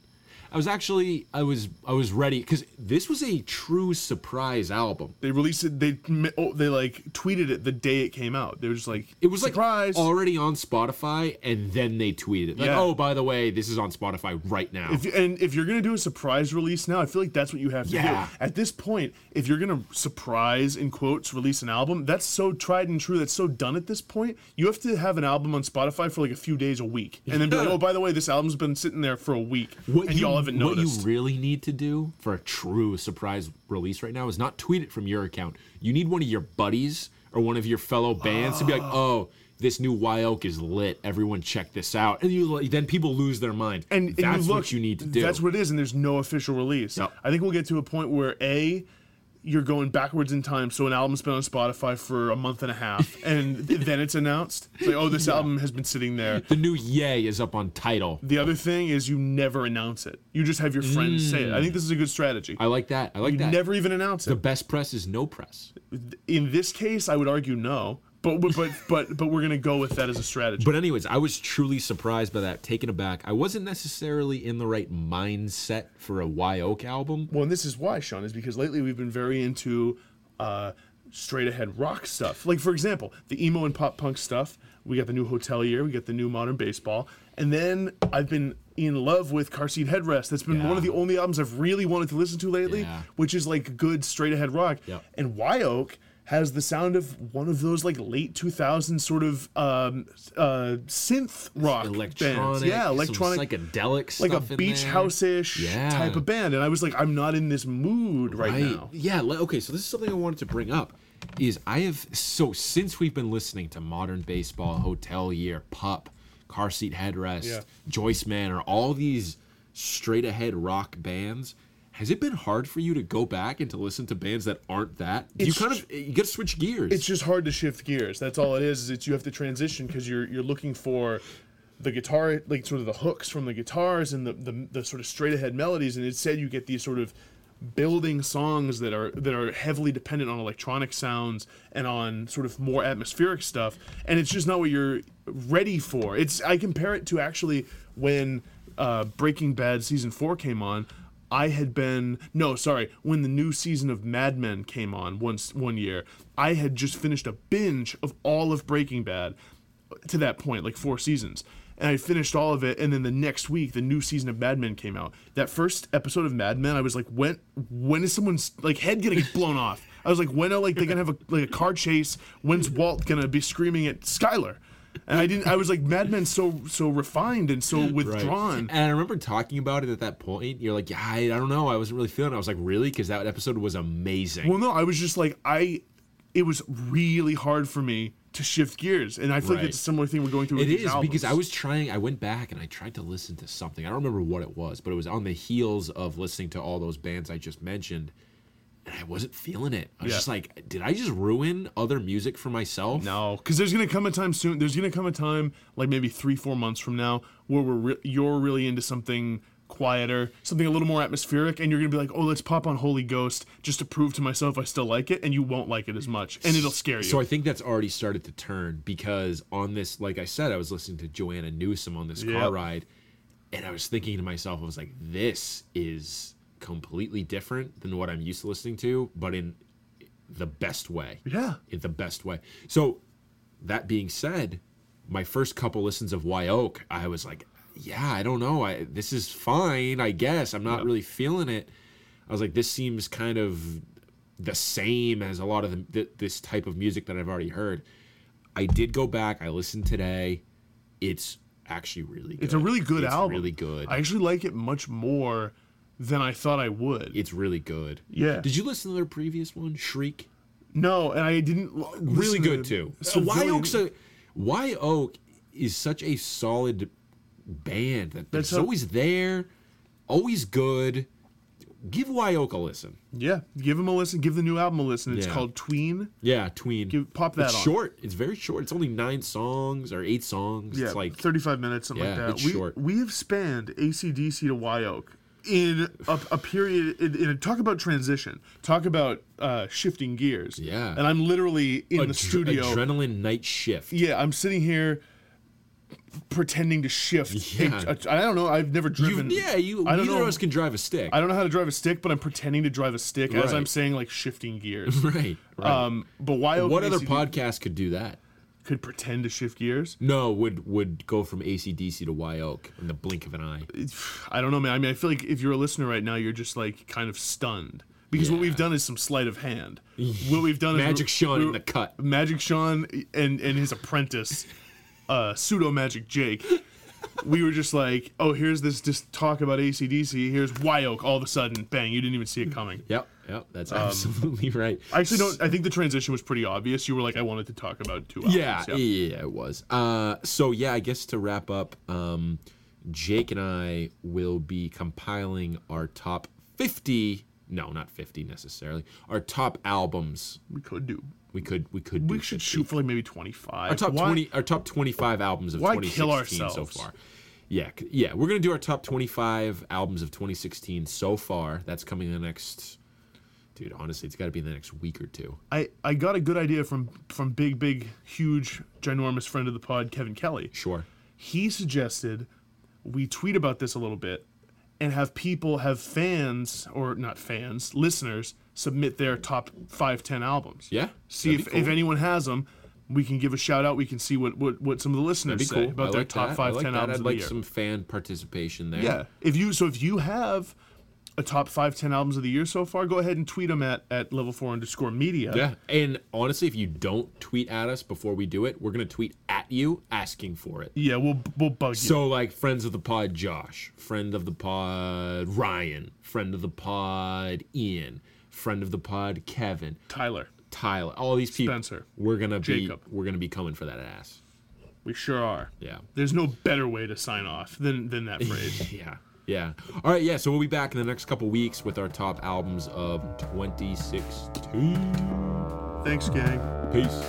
Speaker 1: I was actually I was I was ready because this was a true surprise album.
Speaker 3: They released it. They m- oh, they like tweeted it the day it came out. They were just like,
Speaker 1: It was
Speaker 3: surprise.
Speaker 1: like already on Spotify, and then they tweeted it. Like,
Speaker 3: Yeah.
Speaker 1: oh, by the way, this is on Spotify right now.
Speaker 3: If you, and if you're gonna do a surprise release now, I feel like that's what you have to
Speaker 1: Yeah.
Speaker 3: do. At this point, if you're gonna surprise in quotes release an album, that's so tried and true. That's so done at this point. You have to have an album on Spotify for like a few days a week, and then be like, oh, by the way, this album's been sitting there for a week, and y'all haven't
Speaker 1: what you
Speaker 3: noticed.
Speaker 1: really need to do for a true surprise release right now is not tweet it from your account. You need one of your buddies or one of your fellow bands to be like, oh, this new Y Oak is lit. Everyone check this out. And you like, then people lose their mind.
Speaker 3: and, and
Speaker 1: that's
Speaker 3: you look,
Speaker 1: what you need to do.
Speaker 3: That's what it is, and there's no official release.
Speaker 1: Yep.
Speaker 3: I think we'll get to a point where a you're going backwards in time, so an album's been on Spotify for a month and a half, and th- then it's announced. It's like, oh, this album has been sitting there.
Speaker 1: the new Yay is up on title.
Speaker 3: The other thing is you never announce it. You just have your friends say it. I think this is a good strategy.
Speaker 1: I like that. I like
Speaker 3: you
Speaker 1: that.
Speaker 3: never even announce
Speaker 1: the
Speaker 3: it.
Speaker 1: best press is no press.
Speaker 3: In this case, I would argue no, but we- but but but we're gonna go with that as a strategy.
Speaker 1: But anyways, I was truly surprised by that, taken aback. I wasn't necessarily in the right mindset for a Y Oak album.
Speaker 3: well, and this is why, Sean, is because lately we've been very into uh, straight ahead rock stuff. Like for example, the emo and pop punk stuff. We got the new Hotelier. We got the new Modern Baseball. And then I've been in love with Car Seat Headrest. That's been one of
Speaker 1: Yeah.
Speaker 3: the only albums I've really wanted to listen to lately,
Speaker 1: Yeah.
Speaker 3: which is like good straight ahead rock.
Speaker 1: Yep.
Speaker 3: And Y Oak has the sound of one of those like late 2000s sort of um, uh, synth rock
Speaker 1: Electronic,
Speaker 3: bands. Yeah,
Speaker 1: some
Speaker 3: electronic
Speaker 1: psychedelic stuff.
Speaker 3: like a
Speaker 1: in
Speaker 3: beach
Speaker 1: there.
Speaker 3: house ish
Speaker 1: Yeah.
Speaker 3: type of band. And I was like, I'm not in this mood right,
Speaker 1: Right.
Speaker 3: now.
Speaker 1: Yeah. le- Okay. So this is something I wanted to bring up. Is I have so since we've been listening to modern baseball, hotel year, pup, car seat headrest,
Speaker 3: Yeah.
Speaker 1: Joyce Manor, all these straight ahead rock bands. Has it been hard for you to go back and to listen to bands that aren't that? you
Speaker 3: It's
Speaker 1: kind of you got to switch gears.
Speaker 3: It's just hard to shift gears. That's all it is. Is it's you have to transition because you're you're looking for the guitar, like sort of the hooks from the guitars and the, the the sort of straight ahead melodies. And instead, you get these sort of building songs that are that are heavily dependent on electronic sounds and on sort of more atmospheric stuff. And it's just not what you're ready for. It's I compare it to actually when uh, Breaking Bad season four came on. I had been no, sorry, when the new season of Mad Men came on once one year, I had just finished a binge of all of Breaking Bad to that point, like four seasons. And I finished all of it, and then the next week, the new season of Mad Men came out. That first episode of Mad Men, I was like, when when is someone's like head gonna get blown off? I was like, when are like they gonna have a like a car chase? When's Walt gonna be screaming at Skyler? and I didn't. I was like, Mad Men's so so refined and so withdrawn.
Speaker 1: And I remember talking about it at that point. You're like, yeah, I, I don't know. I wasn't really feeling. it. I was like, really? Because that episode was amazing.
Speaker 3: Well, no, I was just like, I. It was really hard for me to shift gears, and I feel like
Speaker 1: Right.
Speaker 3: it's a similar thing we're going through.
Speaker 1: It
Speaker 3: with these
Speaker 1: is because
Speaker 3: albums.
Speaker 1: I was trying. I went back and I tried to listen to something. I don't remember what it was, but it was on the heels of listening to all those bands I just mentioned, and I wasn't feeling it. I was
Speaker 3: Yeah.
Speaker 1: just like, did I just ruin other music for myself?
Speaker 3: No, because there's gonna come a time soon. There's gonna come a time, like maybe three, four months from now, where we're re- you're really into something quieter, something a little more atmospheric, and you're gonna be like, oh, let's pop on Holy Ghost just to prove to myself I still like it, and you won't like it as much, and it'll scare you.
Speaker 1: So I think that's already started to turn because on this, like I said, I was listening to Joanna Newsom on this car
Speaker 3: Yep.
Speaker 1: ride, and I was thinking to myself, I was like, this is completely different than what I'm used to listening to, but in the best way.
Speaker 3: yeah,
Speaker 1: in the best way. So, that being said, my first couple listens of Why Oak, I was like, yeah, I don't know. I this is fine, I guess. I'm not really feeling it. I was like, this seems kind of the same as a lot of the, th- this type of music that I've already heard. I did go back. I listened today. It's actually really good.
Speaker 3: it's a really good
Speaker 1: It's
Speaker 3: album.
Speaker 1: Really good.
Speaker 3: I actually like it much more than I thought I would.
Speaker 1: it's really good.
Speaker 3: Yeah.
Speaker 1: Did you listen to their previous one, Shriek?
Speaker 3: no, and I didn't. l-
Speaker 1: really
Speaker 3: listen to
Speaker 1: good too.
Speaker 3: the
Speaker 1: Why
Speaker 3: civilian-
Speaker 1: Oak's uh, a Why Oak is such a solid band that
Speaker 3: That's
Speaker 1: that's
Speaker 3: a-
Speaker 1: always there, always good. Give Why Oak a listen.
Speaker 3: Yeah, give him a listen. Give the new album a listen. It's
Speaker 1: Yeah.
Speaker 3: called Tween.
Speaker 1: Yeah, tween.
Speaker 3: Give, pop that
Speaker 1: it's
Speaker 3: on.
Speaker 1: short. It's very short. It's only nine songs or eight songs.
Speaker 3: Yeah,
Speaker 1: it's like
Speaker 3: 35 minutes, something like
Speaker 1: Yeah,
Speaker 3: that.
Speaker 1: it's
Speaker 3: we,
Speaker 1: short.
Speaker 3: We have spanned ACDC to Wyoke in a, a period. In, in a, talk about transition. Talk about uh, shifting gears.
Speaker 1: Yeah.
Speaker 3: And I'm literally in the
Speaker 1: adre-
Speaker 3: studio.
Speaker 1: Adrenaline night shift.
Speaker 3: yeah, I'm sitting here pretending to shift.
Speaker 1: Yeah.
Speaker 3: I I don't know. I've never
Speaker 1: You,
Speaker 3: driven.
Speaker 1: yeah, you.
Speaker 3: I don't
Speaker 1: neither
Speaker 3: know.
Speaker 1: of us can drive a stick.
Speaker 3: I don't know how to drive a stick, but I'm pretending to drive a stick as
Speaker 1: Right.
Speaker 3: I'm saying like shifting gears.
Speaker 1: right. Right.
Speaker 3: um, but Wyoke
Speaker 1: what other
Speaker 3: ACDC
Speaker 1: podcast could do that?
Speaker 3: could pretend to shift gears?
Speaker 1: No, would would go from ACDC to Y Oak in the blink of an eye.
Speaker 3: I don't know, man. I mean, I feel like if you're a listener right now, you're just like kind of stunned because what we've
Speaker 1: Yeah.
Speaker 3: done is some sleight of hand. What we've done
Speaker 1: Magic
Speaker 3: is
Speaker 1: Sean in the cut.
Speaker 3: Magic Sean and and his apprentice, uh, pseudo Magic Jake. We were just like, oh, here's this just talk about ACDC. Here's Wyoke. All of a sudden, bang! You didn't even see it coming.
Speaker 1: Yep, yep, that's absolutely right.
Speaker 3: Um, I actually don't. I think the transition was pretty obvious. You were like, I wanted to talk about two albums.
Speaker 1: yeah, yeah, yeah, it was. Uh, so yeah, I guess to wrap up, um, Jake and I will be compiling our top fifty. No, not fifty necessarily. Our top albums.
Speaker 3: we could do.
Speaker 1: We could, we could.
Speaker 3: We
Speaker 1: do
Speaker 3: should
Speaker 1: 50.
Speaker 3: shoot for like maybe twenty five.
Speaker 1: our top twenty. Our top twenty-five albums of
Speaker 3: Why
Speaker 1: twenty
Speaker 3: kill
Speaker 1: sixteen so
Speaker 3: ourselves?
Speaker 1: far. Yeah, c- yeah, we're gonna do our top twenty-five albums of twenty sixteen so far. That's coming in the next. Dude, honestly, it's got to be in the next week or two.
Speaker 3: I, I got a good idea from from big big huge ginormous friend of the pod Kevin Kelly.
Speaker 1: Sure.
Speaker 3: He suggested we tweet about this a little bit and have people have fans or not fans listeners submit their top five ten albums.
Speaker 1: Yeah.
Speaker 3: See
Speaker 1: that'd
Speaker 3: if,
Speaker 1: be
Speaker 3: if
Speaker 1: cool.
Speaker 3: anyone has them, we can give a shout out. We can see what what, what some of the listeners
Speaker 1: That'd
Speaker 3: say
Speaker 1: be cool.
Speaker 3: about
Speaker 1: I
Speaker 3: their
Speaker 1: like
Speaker 3: top
Speaker 1: that. I
Speaker 3: five
Speaker 1: like
Speaker 3: ten
Speaker 1: that.
Speaker 3: albums
Speaker 1: I'd
Speaker 3: of
Speaker 1: like
Speaker 3: the year.
Speaker 1: some fan participation there.
Speaker 3: Yeah. If you so if you have a top five ten albums of the year so far, go ahead and tweet them at at level four underscore media.
Speaker 1: Yeah. And honestly, if you don't tweet at us before we do it, we're gonna tweet at you asking for it.
Speaker 3: Yeah, we'll we'll bug you.
Speaker 1: So like friends of the pod Josh, friend of the pod Ryan, friend of the pod Ian, friend of the pod Kevin,
Speaker 3: Tyler.
Speaker 1: Tyler, all these people
Speaker 3: Spencer.
Speaker 1: We're gonna
Speaker 3: Jacob.
Speaker 1: be we're gonna be coming for that ass.
Speaker 3: We sure are.
Speaker 1: Yeah.
Speaker 3: There's no better way to sign off than than that phrase.
Speaker 1: Yeah. Yeah. All right, yeah, so we'll be back in the next couple weeks with our top albums of 2016.
Speaker 3: Thanks, gang.
Speaker 1: Peace.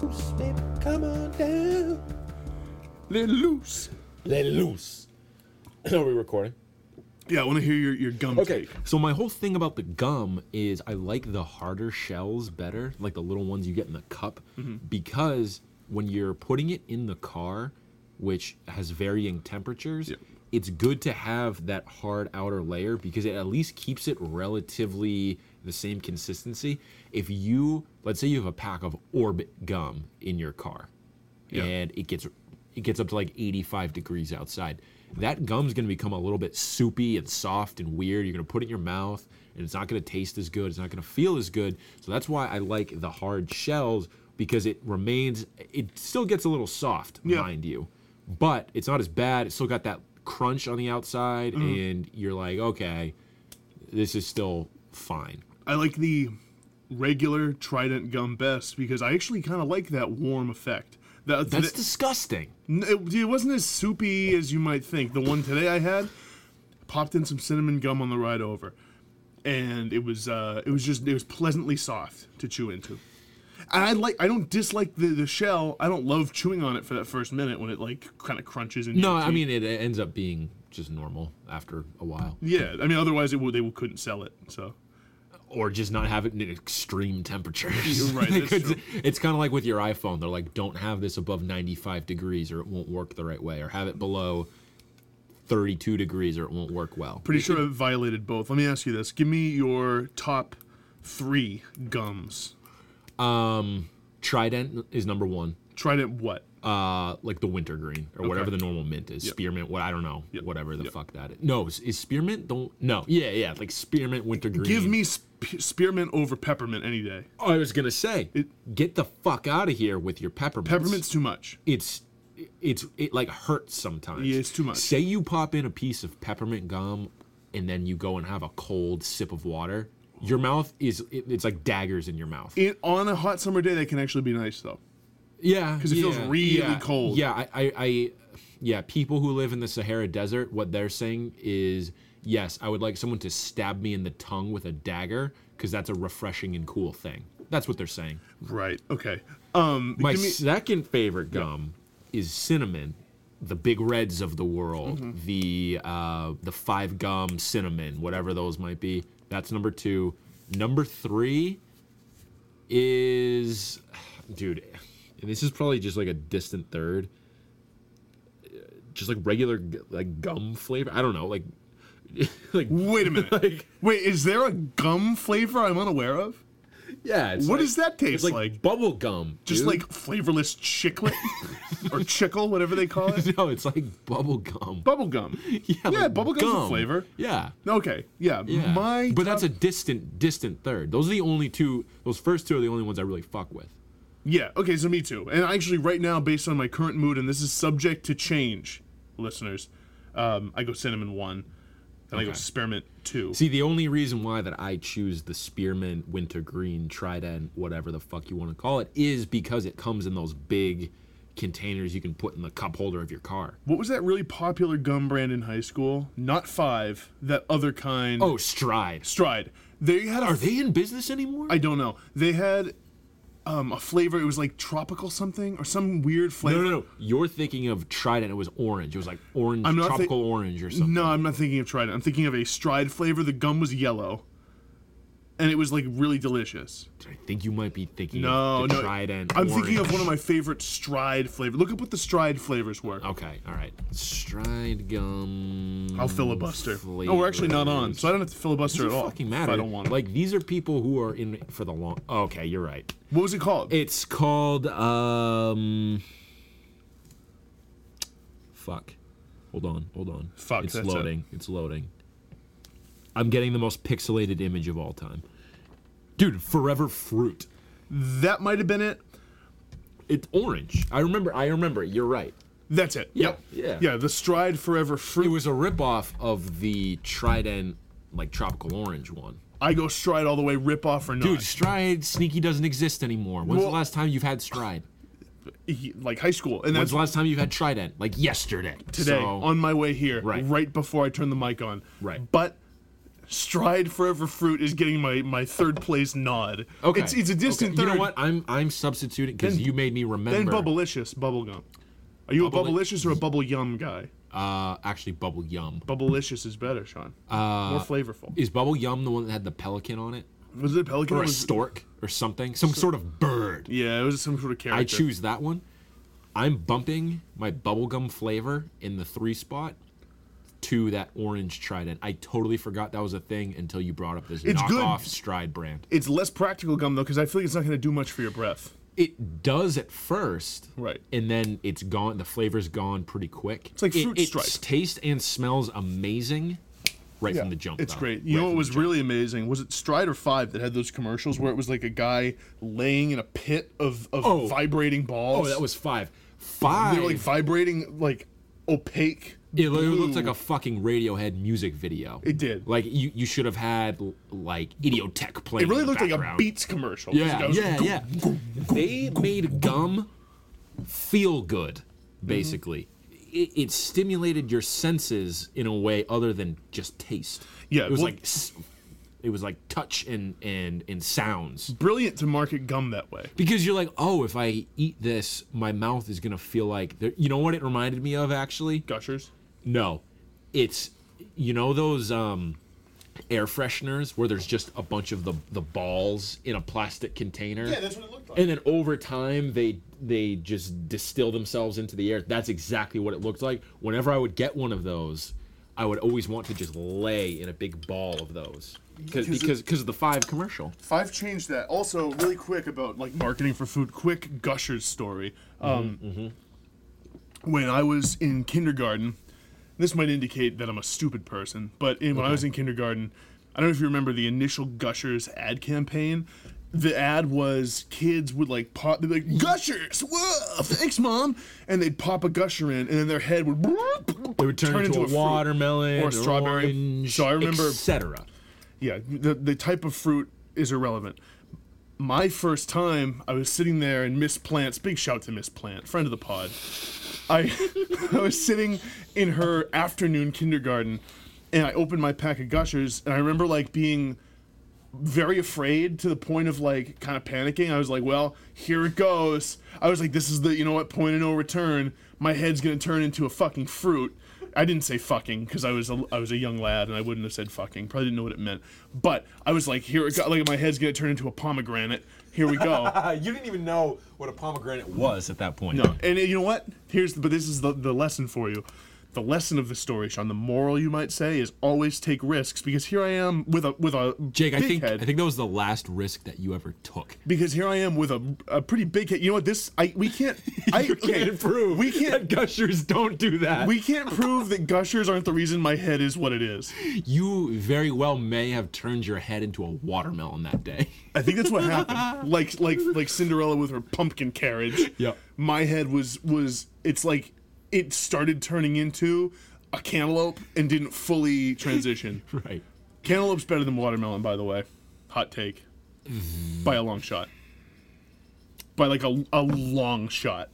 Speaker 4: loose, baby. Come on down.
Speaker 3: Let loose.
Speaker 1: Let loose. Are we recording?
Speaker 3: Yeah, I want to hear your your gum take.
Speaker 1: So my whole thing about the gum is I like the harder shells better, like the little ones you get in the cup, because when you're putting it in the car, which has varying temperatures, it's good to have that hard outer layer because it at least keeps it relatively the same consistency. If you, let's say you have a pack of Orbit gum in your car
Speaker 3: Yeah.
Speaker 1: and it gets it gets up to like 85 degrees outside, that gum's going to become a little bit soupy and soft and weird. You're going to put it in your mouth and it's not going to taste as good, it's not going to feel as good. So that's why I like the hard shells because it remains it still gets a little soft,
Speaker 3: Yeah.
Speaker 1: mind you but it's not as bad. It's still got that crunch on the outside,
Speaker 3: Mm.
Speaker 1: and you're like, okay, this is still fine.
Speaker 3: I like the regular Trident gum best because I actually kind of like that warm effect. That,
Speaker 1: That's
Speaker 3: that-
Speaker 1: disgusting.
Speaker 3: n- it, it wasn't as soupy as you might think. The one today I had popped in some cinnamon gum on the ride over, and it was uh, it was just it was pleasantly soft to chew into. And I like I don't dislike the, the shell. I don't love chewing on it for that first minute when it like kind of crunches in.
Speaker 1: No,
Speaker 3: your
Speaker 1: I
Speaker 3: teeth.
Speaker 1: mean it ends up being just normal after a while,
Speaker 3: yeah, I mean otherwise it would they couldn't sell it. So
Speaker 1: or just not have it in extreme temperatures.
Speaker 3: You're right, that's
Speaker 1: Because
Speaker 3: true.
Speaker 1: It's kind of like with your iPhone. They're like, don't have this above 95 degrees, or it won't work the right way, or have it below 32 degrees, or it won't work well.
Speaker 3: Pretty sure I violated both. Let me ask you this: Give me your top three gums.
Speaker 1: Trident is number one.
Speaker 3: Trident what?
Speaker 1: uh, like the wintergreen or whatever the normal mint is. Spearmint, what I don't know, whatever the fuck that is. No, is, is spearmint? Don't no. Yeah, yeah, like spearmint wintergreen.
Speaker 3: Give me sp- spearmint over peppermint any day.
Speaker 1: I was gonna say, get the fuck out of here with your peppermint.
Speaker 3: Peppermint's too much.
Speaker 1: It's it's it like hurts sometimes.
Speaker 3: Yeah, it's too much.
Speaker 1: Say you pop in a piece of peppermint gum, and then you go and have a cold sip of water. Your mouth is it, it's like daggers in your mouth.
Speaker 3: It, on a hot summer day, that can actually be nice though.
Speaker 1: Yeah,
Speaker 3: 'Cause it feels
Speaker 1: yeah,
Speaker 3: really
Speaker 1: yeah,
Speaker 3: cold.
Speaker 1: Yeah, I, I, I, yeah, people who live in the Sahara Desert, what they're saying is, yes, I would like someone to stab me in the tongue with a dagger because that's a refreshing and cool thing. That's what they're saying.
Speaker 3: Right. Okay. Um.
Speaker 1: My
Speaker 3: give me-
Speaker 1: second favorite gum is cinnamon, the big reds of the world,
Speaker 3: Mm-hmm.
Speaker 1: the uh, the five gum cinnamon, whatever those might be. That's number two. Number three is, dude, and this is probably just like a distant third. Just like regular g- like gum flavor. I don't know, like like
Speaker 3: wait a minute.
Speaker 1: like
Speaker 3: wait, is there a gum flavor I'm unaware of?
Speaker 1: yeah. It's
Speaker 3: What
Speaker 1: like,
Speaker 3: does that
Speaker 1: It's
Speaker 3: taste
Speaker 1: like,
Speaker 3: like?
Speaker 1: bubble gum.
Speaker 3: Just
Speaker 1: dude.
Speaker 3: like flavorless chiclet or chickle, whatever they call it.
Speaker 1: no, it's like bubble gum.
Speaker 3: Bubble gum.
Speaker 1: Yeah,
Speaker 3: Yeah,
Speaker 1: like
Speaker 3: bubble gum's a
Speaker 1: gum.
Speaker 3: flavor.
Speaker 1: Yeah.
Speaker 3: Okay. Yeah.
Speaker 1: yeah.
Speaker 3: My.
Speaker 1: but that's
Speaker 3: top-
Speaker 1: a distant, distant third. Those are the only two. Those first two are the only ones I really fuck with.
Speaker 3: Yeah, okay, so me too. And actually, right now, based on my current mood, and this is subject to change, listeners, um, I go cinnamon one, and I go
Speaker 1: Okay.
Speaker 3: spearmint two.
Speaker 1: See, the only reason why that I choose the spearmint, wintergreen, trident, whatever the fuck you want to call it, is because it comes in those big containers you can put in the cup holder of your car.
Speaker 3: What was that really popular gum brand in high school? Not five, that other kind.
Speaker 1: Oh, Stride.
Speaker 3: Stride. They had a.
Speaker 1: Are they in business anymore?
Speaker 3: I don't know. They had um, a flavor, it was like tropical something or some weird
Speaker 1: no,
Speaker 3: flavor.
Speaker 1: no, no. You're thinking of Trident. It was orange. It was like orange,
Speaker 3: I'm not thi-
Speaker 1: tropical orange or something.
Speaker 3: No, I'm not thinking of Trident. I'm thinking of a Stride flavor. The gum was yellow, and it was like really delicious.
Speaker 1: I think you might be thinking
Speaker 3: No,
Speaker 1: of the
Speaker 3: no.
Speaker 1: Trident.
Speaker 3: I'm thinking of one
Speaker 1: orange.
Speaker 3: of my favorite stride flavors. Look up what the stride flavors were.
Speaker 1: Okay, all right. Stride gum.
Speaker 3: I'll filibuster. No, we're actually not on,
Speaker 1: flavors.
Speaker 3: so I don't have to filibuster
Speaker 1: Doesn't
Speaker 3: at all.
Speaker 1: fucking
Speaker 3: if
Speaker 1: matter.
Speaker 3: I don't want to.
Speaker 1: Like these are people who are in it for the long. Okay, you're right.
Speaker 3: what was it called?
Speaker 1: It's called um. Fuck. Hold on. Hold on.
Speaker 3: Fuck,
Speaker 1: It's
Speaker 3: that's it.
Speaker 1: loading. It's loading. I'm getting the most pixelated image of all time. Dude, forever fruit.
Speaker 3: that might have been it.
Speaker 1: It's orange. I remember. I remember. it. You're right.
Speaker 3: That's it.
Speaker 1: Yeah,
Speaker 3: Yep.
Speaker 1: yeah.
Speaker 3: Yeah. The stride forever fruit.
Speaker 1: It was a ripoff of the Trident, like tropical orange one.
Speaker 3: I go stride all the way. Rip off or not?
Speaker 1: Dude, Stride Sneaky doesn't exist anymore. When's
Speaker 3: Well-
Speaker 1: the last time you've had Stride?
Speaker 3: He- like high school, and
Speaker 1: When's
Speaker 3: that's
Speaker 1: the last time you've had Trident? Like yesterday.
Speaker 3: today
Speaker 1: So,
Speaker 3: on my way here,
Speaker 1: Right.
Speaker 3: before I turn the mic on.
Speaker 1: Right.
Speaker 3: But stride forever fruit is getting my my third place nod.
Speaker 1: okay.
Speaker 3: It's it's a
Speaker 1: okay.
Speaker 3: distant third.
Speaker 1: You know what? I'm I'm substituting because
Speaker 3: Then-
Speaker 1: you made me
Speaker 3: Then
Speaker 1: remember.
Speaker 3: bubblicious bubblegum. Are you
Speaker 1: Bubble-
Speaker 3: a bubblicious or a bubble yum guy?
Speaker 1: uh, actually, Bubble Yum.
Speaker 3: Bubblicious is better, Sean.
Speaker 1: Uh,
Speaker 3: More flavorful.
Speaker 1: Is Bubble Yum the one that had the pelican on it,
Speaker 3: was it a pelican?
Speaker 1: or a
Speaker 3: It was-
Speaker 1: stork, or something? Some sort of bird.
Speaker 3: yeah, it was some sort of character.
Speaker 1: I choose that one. I'm bumping my bubblegum flavor in the three spot to that orange trident. I totally forgot that was a thing until you brought up this
Speaker 3: It's good.
Speaker 1: knockoff stride brand.
Speaker 3: It's less practical gum though, because I feel like it's not going to do much for your breath.
Speaker 1: It does at first,
Speaker 3: Right.
Speaker 1: And then it's gone. The flavor's gone pretty quick. It's
Speaker 3: like
Speaker 1: it,
Speaker 3: Fruit
Speaker 1: its
Speaker 3: Stripe.
Speaker 1: taste and smells amazing, right from the jump.
Speaker 3: It's
Speaker 1: though.
Speaker 3: great. You
Speaker 1: Right
Speaker 3: know what
Speaker 1: from
Speaker 3: was really amazing was it Strider Five that had those commercials where it was like a guy laying in a pit of, of
Speaker 1: Oh.
Speaker 3: vibrating balls.
Speaker 1: Oh, that was five.
Speaker 3: they
Speaker 1: Five.
Speaker 3: were like vibrating like opaque.
Speaker 1: it lo- it looked
Speaker 3: blue.
Speaker 1: like a fucking Radiohead music video.
Speaker 3: It did.
Speaker 1: Like you, you should have had l- like Idiotech playing.
Speaker 3: It really
Speaker 1: in the
Speaker 3: looked like a
Speaker 1: background.
Speaker 3: Beats commercial. This
Speaker 1: Yeah,
Speaker 3: guy was
Speaker 1: yeah,
Speaker 3: go-
Speaker 1: yeah. They made gum feel good,
Speaker 3: Mm-hmm.
Speaker 1: basically. It, it stimulated your senses in a way other than just taste.
Speaker 3: Yeah,
Speaker 1: it was
Speaker 3: well-
Speaker 1: like s- it was like touch and and and sounds
Speaker 3: Brilliant to market gum that way.
Speaker 1: because you're like, oh, if I eat this, my mouth is gonna feel like there. You know what it reminded me of actually?
Speaker 3: Gushers.
Speaker 1: No, it's you know those um air fresheners where there's just a bunch of the the balls in a plastic container.
Speaker 3: Yeah, that's what it looked like.
Speaker 1: And then over time, they they just distill themselves into the air. That's exactly what it looked like. Whenever I would get one of those, I would always want to just lay in a big ball of those because
Speaker 3: Because it-
Speaker 1: because because of the five commercial.
Speaker 3: Five changed that. Also, really quick about like marketing for food. Quick Gushers story.
Speaker 1: Mm-hmm,
Speaker 3: Um, When I was in kindergarten, this might indicate that I'm a stupid person, but in, when I was in kindergarten, I don't know if you remember the initial Gushers ad campaign. The ad was kids would like pop, they'd be like, Gushers, whoa, thanks, mom. And they'd pop a Gusher in, and then their head would,
Speaker 1: It would turn, into, a,
Speaker 3: fruit.
Speaker 1: watermelon
Speaker 3: or a
Speaker 1: an
Speaker 3: strawberry.
Speaker 1: orange,
Speaker 3: So I remember-
Speaker 1: etc.
Speaker 3: yeah the, the type of fruit is irrelevant my first time i was sitting there and miss plants big shout to miss plant friend of the pod i i was sitting in her afternoon kindergarten and i opened my pack of gushers and i remember like being very afraid to the point of like kind of panicking i was like well here it goes i was like this is the you know what point of no return my head's gonna turn into a fucking fruit I didn't say fucking because I was a, I was a young lad and I wouldn't have said fucking. Probably didn't know what it meant. But I was like, here it go. Like my head's gonna turn into a pomegranate. Here we go.
Speaker 1: uh, you didn't even know what a pomegranate was at that point.
Speaker 3: no, and you know what? Here's the, but this is the, the lesson for you. The lesson of the story, Sean. The moral you might say is always take risks because here I am with a with a
Speaker 1: Jake, I
Speaker 3: big
Speaker 1: think
Speaker 3: head.
Speaker 1: I think that was the last risk that you ever took.
Speaker 3: because here I am with a, a pretty big head. You know what? This I we can't. I
Speaker 1: you
Speaker 3: okay,
Speaker 1: can't prove
Speaker 3: We
Speaker 1: that
Speaker 3: can't.
Speaker 1: gushers don't do that.
Speaker 3: We can't prove that gushers aren't the reason my head is what it is.
Speaker 1: You very well may have turned your head into a watermelon that day.
Speaker 3: I think that's what happened. like like like Cinderella with her pumpkin carriage.
Speaker 1: Yep.
Speaker 3: My head was was it's like it started turning into a cantaloupe and didn't fully transition.
Speaker 1: Right.
Speaker 3: Cantaloupe's better than watermelon, by the way. Hot take.
Speaker 1: Mm-hmm.
Speaker 3: By a long shot. By like a, a long shot.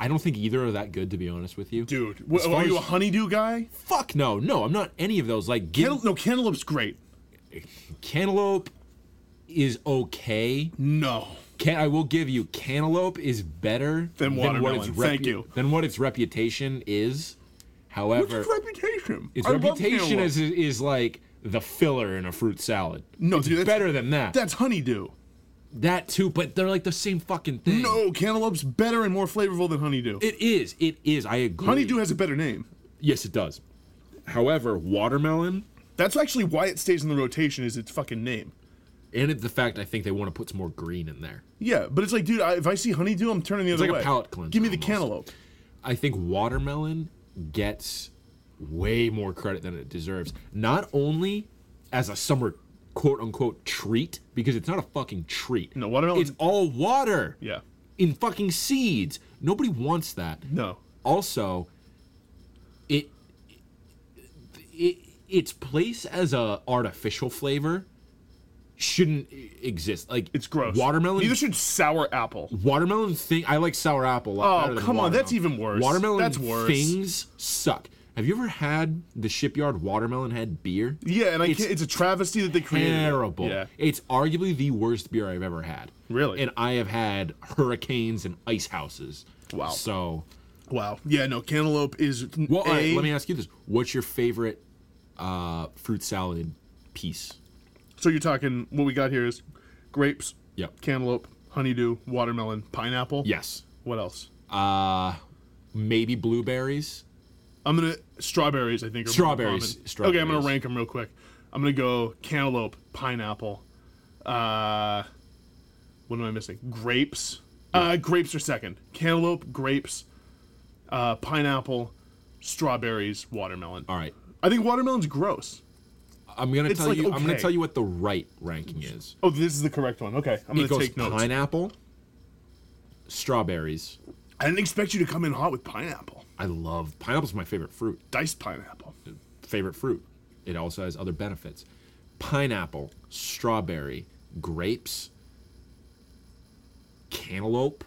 Speaker 1: I don't think either are that good, to be honest with you.
Speaker 3: Dude, wh-
Speaker 1: far
Speaker 3: are you a
Speaker 1: as-
Speaker 3: honeydew guy?
Speaker 1: Fuck no, no, I'm not any of those. Like, give,
Speaker 3: Cantal- no, cantaloupe's great.
Speaker 1: cantaloupe is okay.
Speaker 3: No.
Speaker 1: Can I will give you cantaloupe is better
Speaker 3: Than
Speaker 1: what its
Speaker 3: watermelon. Thank you.
Speaker 1: Than what its reputation is.
Speaker 3: What's
Speaker 1: However,
Speaker 3: its reputation?
Speaker 1: its
Speaker 3: I love
Speaker 1: reputation
Speaker 3: cantaloupe.
Speaker 1: is is like the filler in a fruit salad.
Speaker 3: No,
Speaker 1: it's
Speaker 3: dude, that's-
Speaker 1: better than that.
Speaker 3: That's honeydew.
Speaker 1: That too, but they're like the same fucking thing.
Speaker 3: No, cantaloupe's better and more flavorful than honeydew.
Speaker 1: It is. It is. I agree.
Speaker 3: honeydew has a better name.
Speaker 1: Yes, it does. However, watermelon
Speaker 3: That's actually why it stays in the rotation is its fucking name.
Speaker 1: and it- the fact I think they want to put some more green in there.
Speaker 3: Yeah, but it's like, dude, I, if I see honeydew, I'm turning the other
Speaker 1: like a
Speaker 3: way.
Speaker 1: palate cleanser
Speaker 3: Give me the
Speaker 1: almost.
Speaker 3: cantaloupe.
Speaker 1: I think watermelon gets way more credit than it deserves. Not only as a summer quote unquote treat, because it's not a fucking treat.
Speaker 3: No, watermelon-
Speaker 1: It's all water.
Speaker 3: Yeah.
Speaker 1: In fucking seeds. Nobody wants that.
Speaker 3: No.
Speaker 1: also it, it its place as a artificial flavor shouldn't exist like
Speaker 3: It's gross.
Speaker 1: watermelon
Speaker 3: Neither should sour apple.
Speaker 1: watermelon thing i like sour apple a lot
Speaker 3: Oh,
Speaker 1: better than
Speaker 3: come on, that's
Speaker 1: watermelon.
Speaker 3: even worse.
Speaker 1: watermelon
Speaker 3: That's worse.
Speaker 1: things suck have you ever had the shipyard watermelon head beer
Speaker 3: Yeah, and I
Speaker 1: It's
Speaker 3: can't, it's a travesty that they created. it.
Speaker 1: terrible
Speaker 3: Yeah.
Speaker 1: it's arguably the worst beer i've ever had
Speaker 3: Really?
Speaker 1: and i have had hurricanes and ice houses
Speaker 3: Wow.
Speaker 1: so
Speaker 3: Wow. Yeah, no, cantaloupe is.
Speaker 1: Well, all
Speaker 3: a,
Speaker 1: right, let me ask you this: What's your favorite uh, fruit salad piece?
Speaker 3: So you're talking, what we got here is grapes,
Speaker 1: Yep.
Speaker 3: cantaloupe, honeydew, watermelon, pineapple.
Speaker 1: Yes.
Speaker 3: What else?
Speaker 1: Uh, maybe blueberries.
Speaker 3: I'm gonna strawberries. I think are more
Speaker 1: Strawberries,
Speaker 3: common.
Speaker 1: strawberries.
Speaker 3: Okay, I'm gonna rank them real quick. I'm gonna go cantaloupe, pineapple. Uh, what am I missing? Grapes. Uh, grapes are second. Cantaloupe, grapes, uh, pineapple, strawberries, watermelon.
Speaker 1: All right.
Speaker 3: I think watermelon's gross.
Speaker 1: I'm gonna
Speaker 3: It's
Speaker 1: tell
Speaker 3: like
Speaker 1: you. I'm gonna
Speaker 3: okay.
Speaker 1: tell you what the right ranking is.
Speaker 3: Oh, this is the correct one. Okay, I'm gonna
Speaker 1: It goes
Speaker 3: take notes.
Speaker 1: pineapple, strawberries.
Speaker 3: I didn't expect you to come in hot with pineapple.
Speaker 1: I love pineapple's my favorite fruit.
Speaker 3: Diced pineapple.
Speaker 1: Favorite fruit. It also has other benefits. Pineapple, strawberry, grapes, cantaloupe.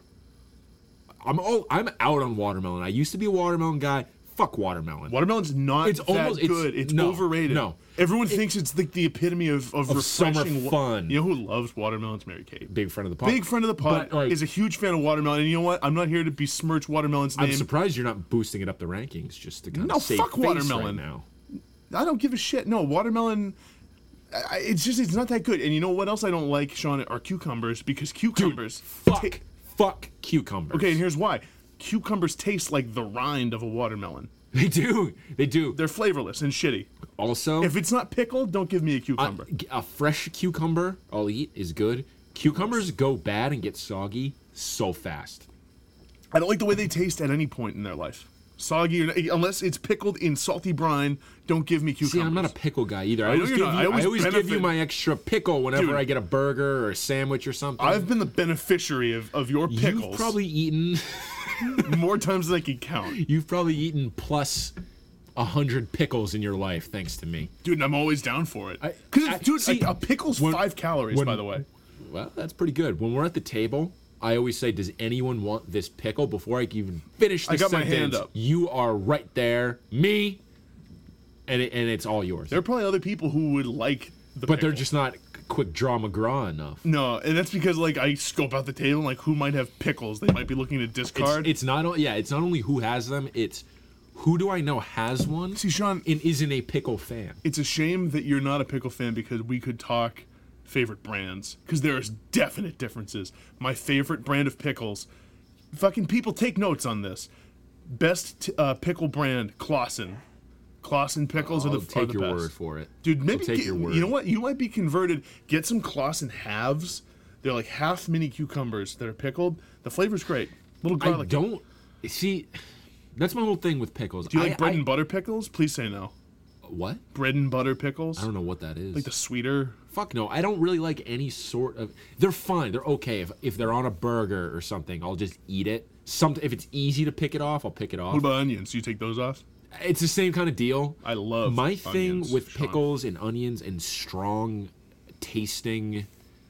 Speaker 1: I'm all I'm out on watermelon. I used to be a watermelon guy. Fuck watermelon.
Speaker 3: Watermelon's not
Speaker 1: It's
Speaker 3: that
Speaker 1: almost- it's-
Speaker 3: good. It's
Speaker 1: no,
Speaker 3: overrated.
Speaker 1: no.
Speaker 3: Everyone thinks it's like the epitome of, of,
Speaker 1: Of summer
Speaker 3: refreshing wa-
Speaker 1: fun.
Speaker 3: You know who loves watermelons? Mary Kate.
Speaker 1: Big friend of the pod.
Speaker 3: Big friend of the pod
Speaker 1: But, like,
Speaker 3: is a huge fan of watermelon. And you know what? I'm not here to besmirch watermelon's
Speaker 1: I'm
Speaker 3: name.
Speaker 1: surprised you're not boosting it up the rankings just to kind
Speaker 3: No,
Speaker 1: of save
Speaker 3: fuck
Speaker 1: face right
Speaker 3: watermelon.
Speaker 1: now.
Speaker 3: I don't give a shit. No, watermelon. I- I- It's just it's not that good. And you know what else I don't like, Sean, are cucumbers because cucumbers.
Speaker 1: Fuck,
Speaker 3: ta-
Speaker 1: fuck cucumbers.
Speaker 3: okay, and here's why. Cucumbers taste like the rind of a watermelon.
Speaker 1: they do, they do.
Speaker 3: They're flavorless and shitty.
Speaker 1: also,
Speaker 3: If it's not pickled, don't give me a
Speaker 1: a,
Speaker 3: cucumber.
Speaker 1: a fresh cucumber I'll eat is good. Cucumbers go bad and get soggy so fast.
Speaker 3: I don't like the way they taste at any point in their life. Soggy, or, unless it's pickled in salty brine. Don't give me cucumbers.
Speaker 1: See, I'm not a pickle guy either. I,
Speaker 3: know
Speaker 1: always,
Speaker 3: you're
Speaker 1: give you,
Speaker 3: not.
Speaker 1: I
Speaker 3: I
Speaker 1: always,
Speaker 3: always
Speaker 1: give you
Speaker 3: benefit-
Speaker 1: my extra pickle whenever
Speaker 3: Dude.
Speaker 1: I get a burger or a sandwich or something.
Speaker 3: I've been the beneficiary of, of your pickles
Speaker 1: You've probably eaten.
Speaker 3: more times than I can count,
Speaker 1: You've probably eaten plus a hundred pickles in your life, thanks to me.
Speaker 3: dude. And I'm always down for it.
Speaker 1: I- I-
Speaker 3: Because, dude,
Speaker 1: see,
Speaker 3: a, a pickle's
Speaker 1: when-
Speaker 3: five calories,
Speaker 1: when-
Speaker 3: by the way.
Speaker 1: Well, that's pretty good. When we're at the table, I always say, "Does anyone want this pickle?" Before I can even finish the
Speaker 3: I got my
Speaker 1: sentence,
Speaker 3: hand up.
Speaker 1: you are right there, me, and it, and it's all yours.
Speaker 3: There are probably other people who would like the.
Speaker 1: but they're
Speaker 3: pickle.
Speaker 1: just not quick draw McGraw enough.
Speaker 3: no, and that's because like I scope out the table and like who might have pickles. They might be looking to
Speaker 1: It's,
Speaker 3: discard.
Speaker 1: it's not o- yeah, it's not only who has them, it's who do I know has one
Speaker 3: See, Sean,
Speaker 1: and isn't a pickle fan.
Speaker 3: it's a shame that you're not a pickle fan because we could talk favorite brands because there's definite differences. My favorite brand of pickles, fucking people take notes on this. Best t- uh, pickle brand, Clausen. Clausen pickles are
Speaker 1: I'll
Speaker 3: the,
Speaker 1: take
Speaker 3: are the
Speaker 1: your
Speaker 3: best.
Speaker 1: word for it.
Speaker 3: Dude,
Speaker 1: I'll
Speaker 3: maybe
Speaker 1: take
Speaker 3: get-
Speaker 1: your word.
Speaker 3: you know what? You might be converted. Get some Clausen halves. They're like half mini cucumbers that are pickled. The flavor's great. Little
Speaker 1: I
Speaker 3: garlic.
Speaker 1: don't see. That's my whole thing with pickles.
Speaker 3: Do you like
Speaker 1: I,
Speaker 3: bread
Speaker 1: I-
Speaker 3: and butter pickles? Please say no.
Speaker 1: what?
Speaker 3: Bread and butter pickles.
Speaker 1: I don't know what that is.
Speaker 3: Like the sweeter
Speaker 1: Fuck no, I don't really like any sort of. They're fine. They're okay. If, if they're on a burger or something, I'll just eat it. Some if it's easy to pick it off, I'll pick it
Speaker 3: What
Speaker 1: off.
Speaker 3: about onions? You take those off?
Speaker 1: It's the same kind of deal.
Speaker 3: I love
Speaker 1: my thing
Speaker 3: onions,
Speaker 1: with
Speaker 3: Sean.
Speaker 1: pickles and onions and strong tasting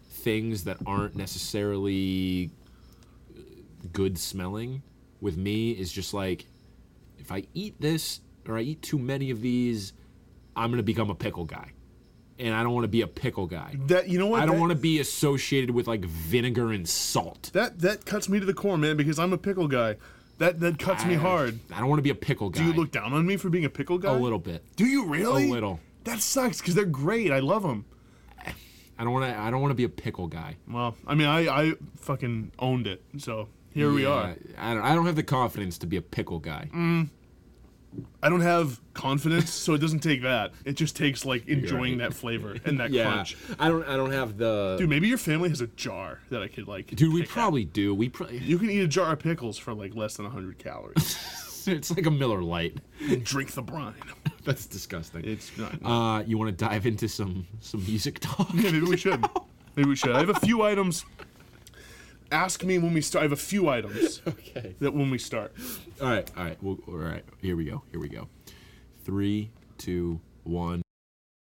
Speaker 1: things that aren't necessarily good smelling with me is just like if I eat this or I eat too many of these, I'm gonna become a pickle guy, and I don't want to be a pickle guy.
Speaker 3: That you know what?
Speaker 1: I don't
Speaker 3: that,
Speaker 1: want to be associated with like vinegar and salt.
Speaker 3: That that cuts me to the core, man, because I'm a pickle guy. That that cuts me
Speaker 1: I-
Speaker 3: hard.
Speaker 1: I don't want to be a pickle guy.
Speaker 3: Do you look down on me for being a pickle guy?
Speaker 1: a little bit.
Speaker 3: Do you really?
Speaker 1: little.
Speaker 3: That sucks because they're great. I love them.
Speaker 1: I don't want to. I don't want to be a pickle guy.
Speaker 3: Well, I mean, I I fucking owned it. So here we
Speaker 1: Yeah,
Speaker 3: are. Mm.
Speaker 1: I don't. I don't have the confidence to be a pickle guy.
Speaker 3: I don't have confidence, so it doesn't take that. It just takes like enjoying that flavor and that
Speaker 1: yeah,
Speaker 3: crunch.
Speaker 1: I don't. I don't have the.
Speaker 3: Dude, maybe your family has a jar that I could like.
Speaker 1: Dude, we
Speaker 3: pick at.
Speaker 1: probably do. We probably.
Speaker 3: You can eat a jar of pickles for like less than 100 calories
Speaker 1: It's like a Miller Light.
Speaker 3: and drink the brine.
Speaker 1: That's disgusting.
Speaker 3: It's not.
Speaker 1: uh, you want to dive into some some music talk?
Speaker 3: Yeah, maybe we should. Maybe we should. I have a few items. Ask me when we start. I have a few items
Speaker 1: okay.
Speaker 3: that when we start.
Speaker 1: All right. All right. Well, all right. Here we go. Here we go. Three, two, one.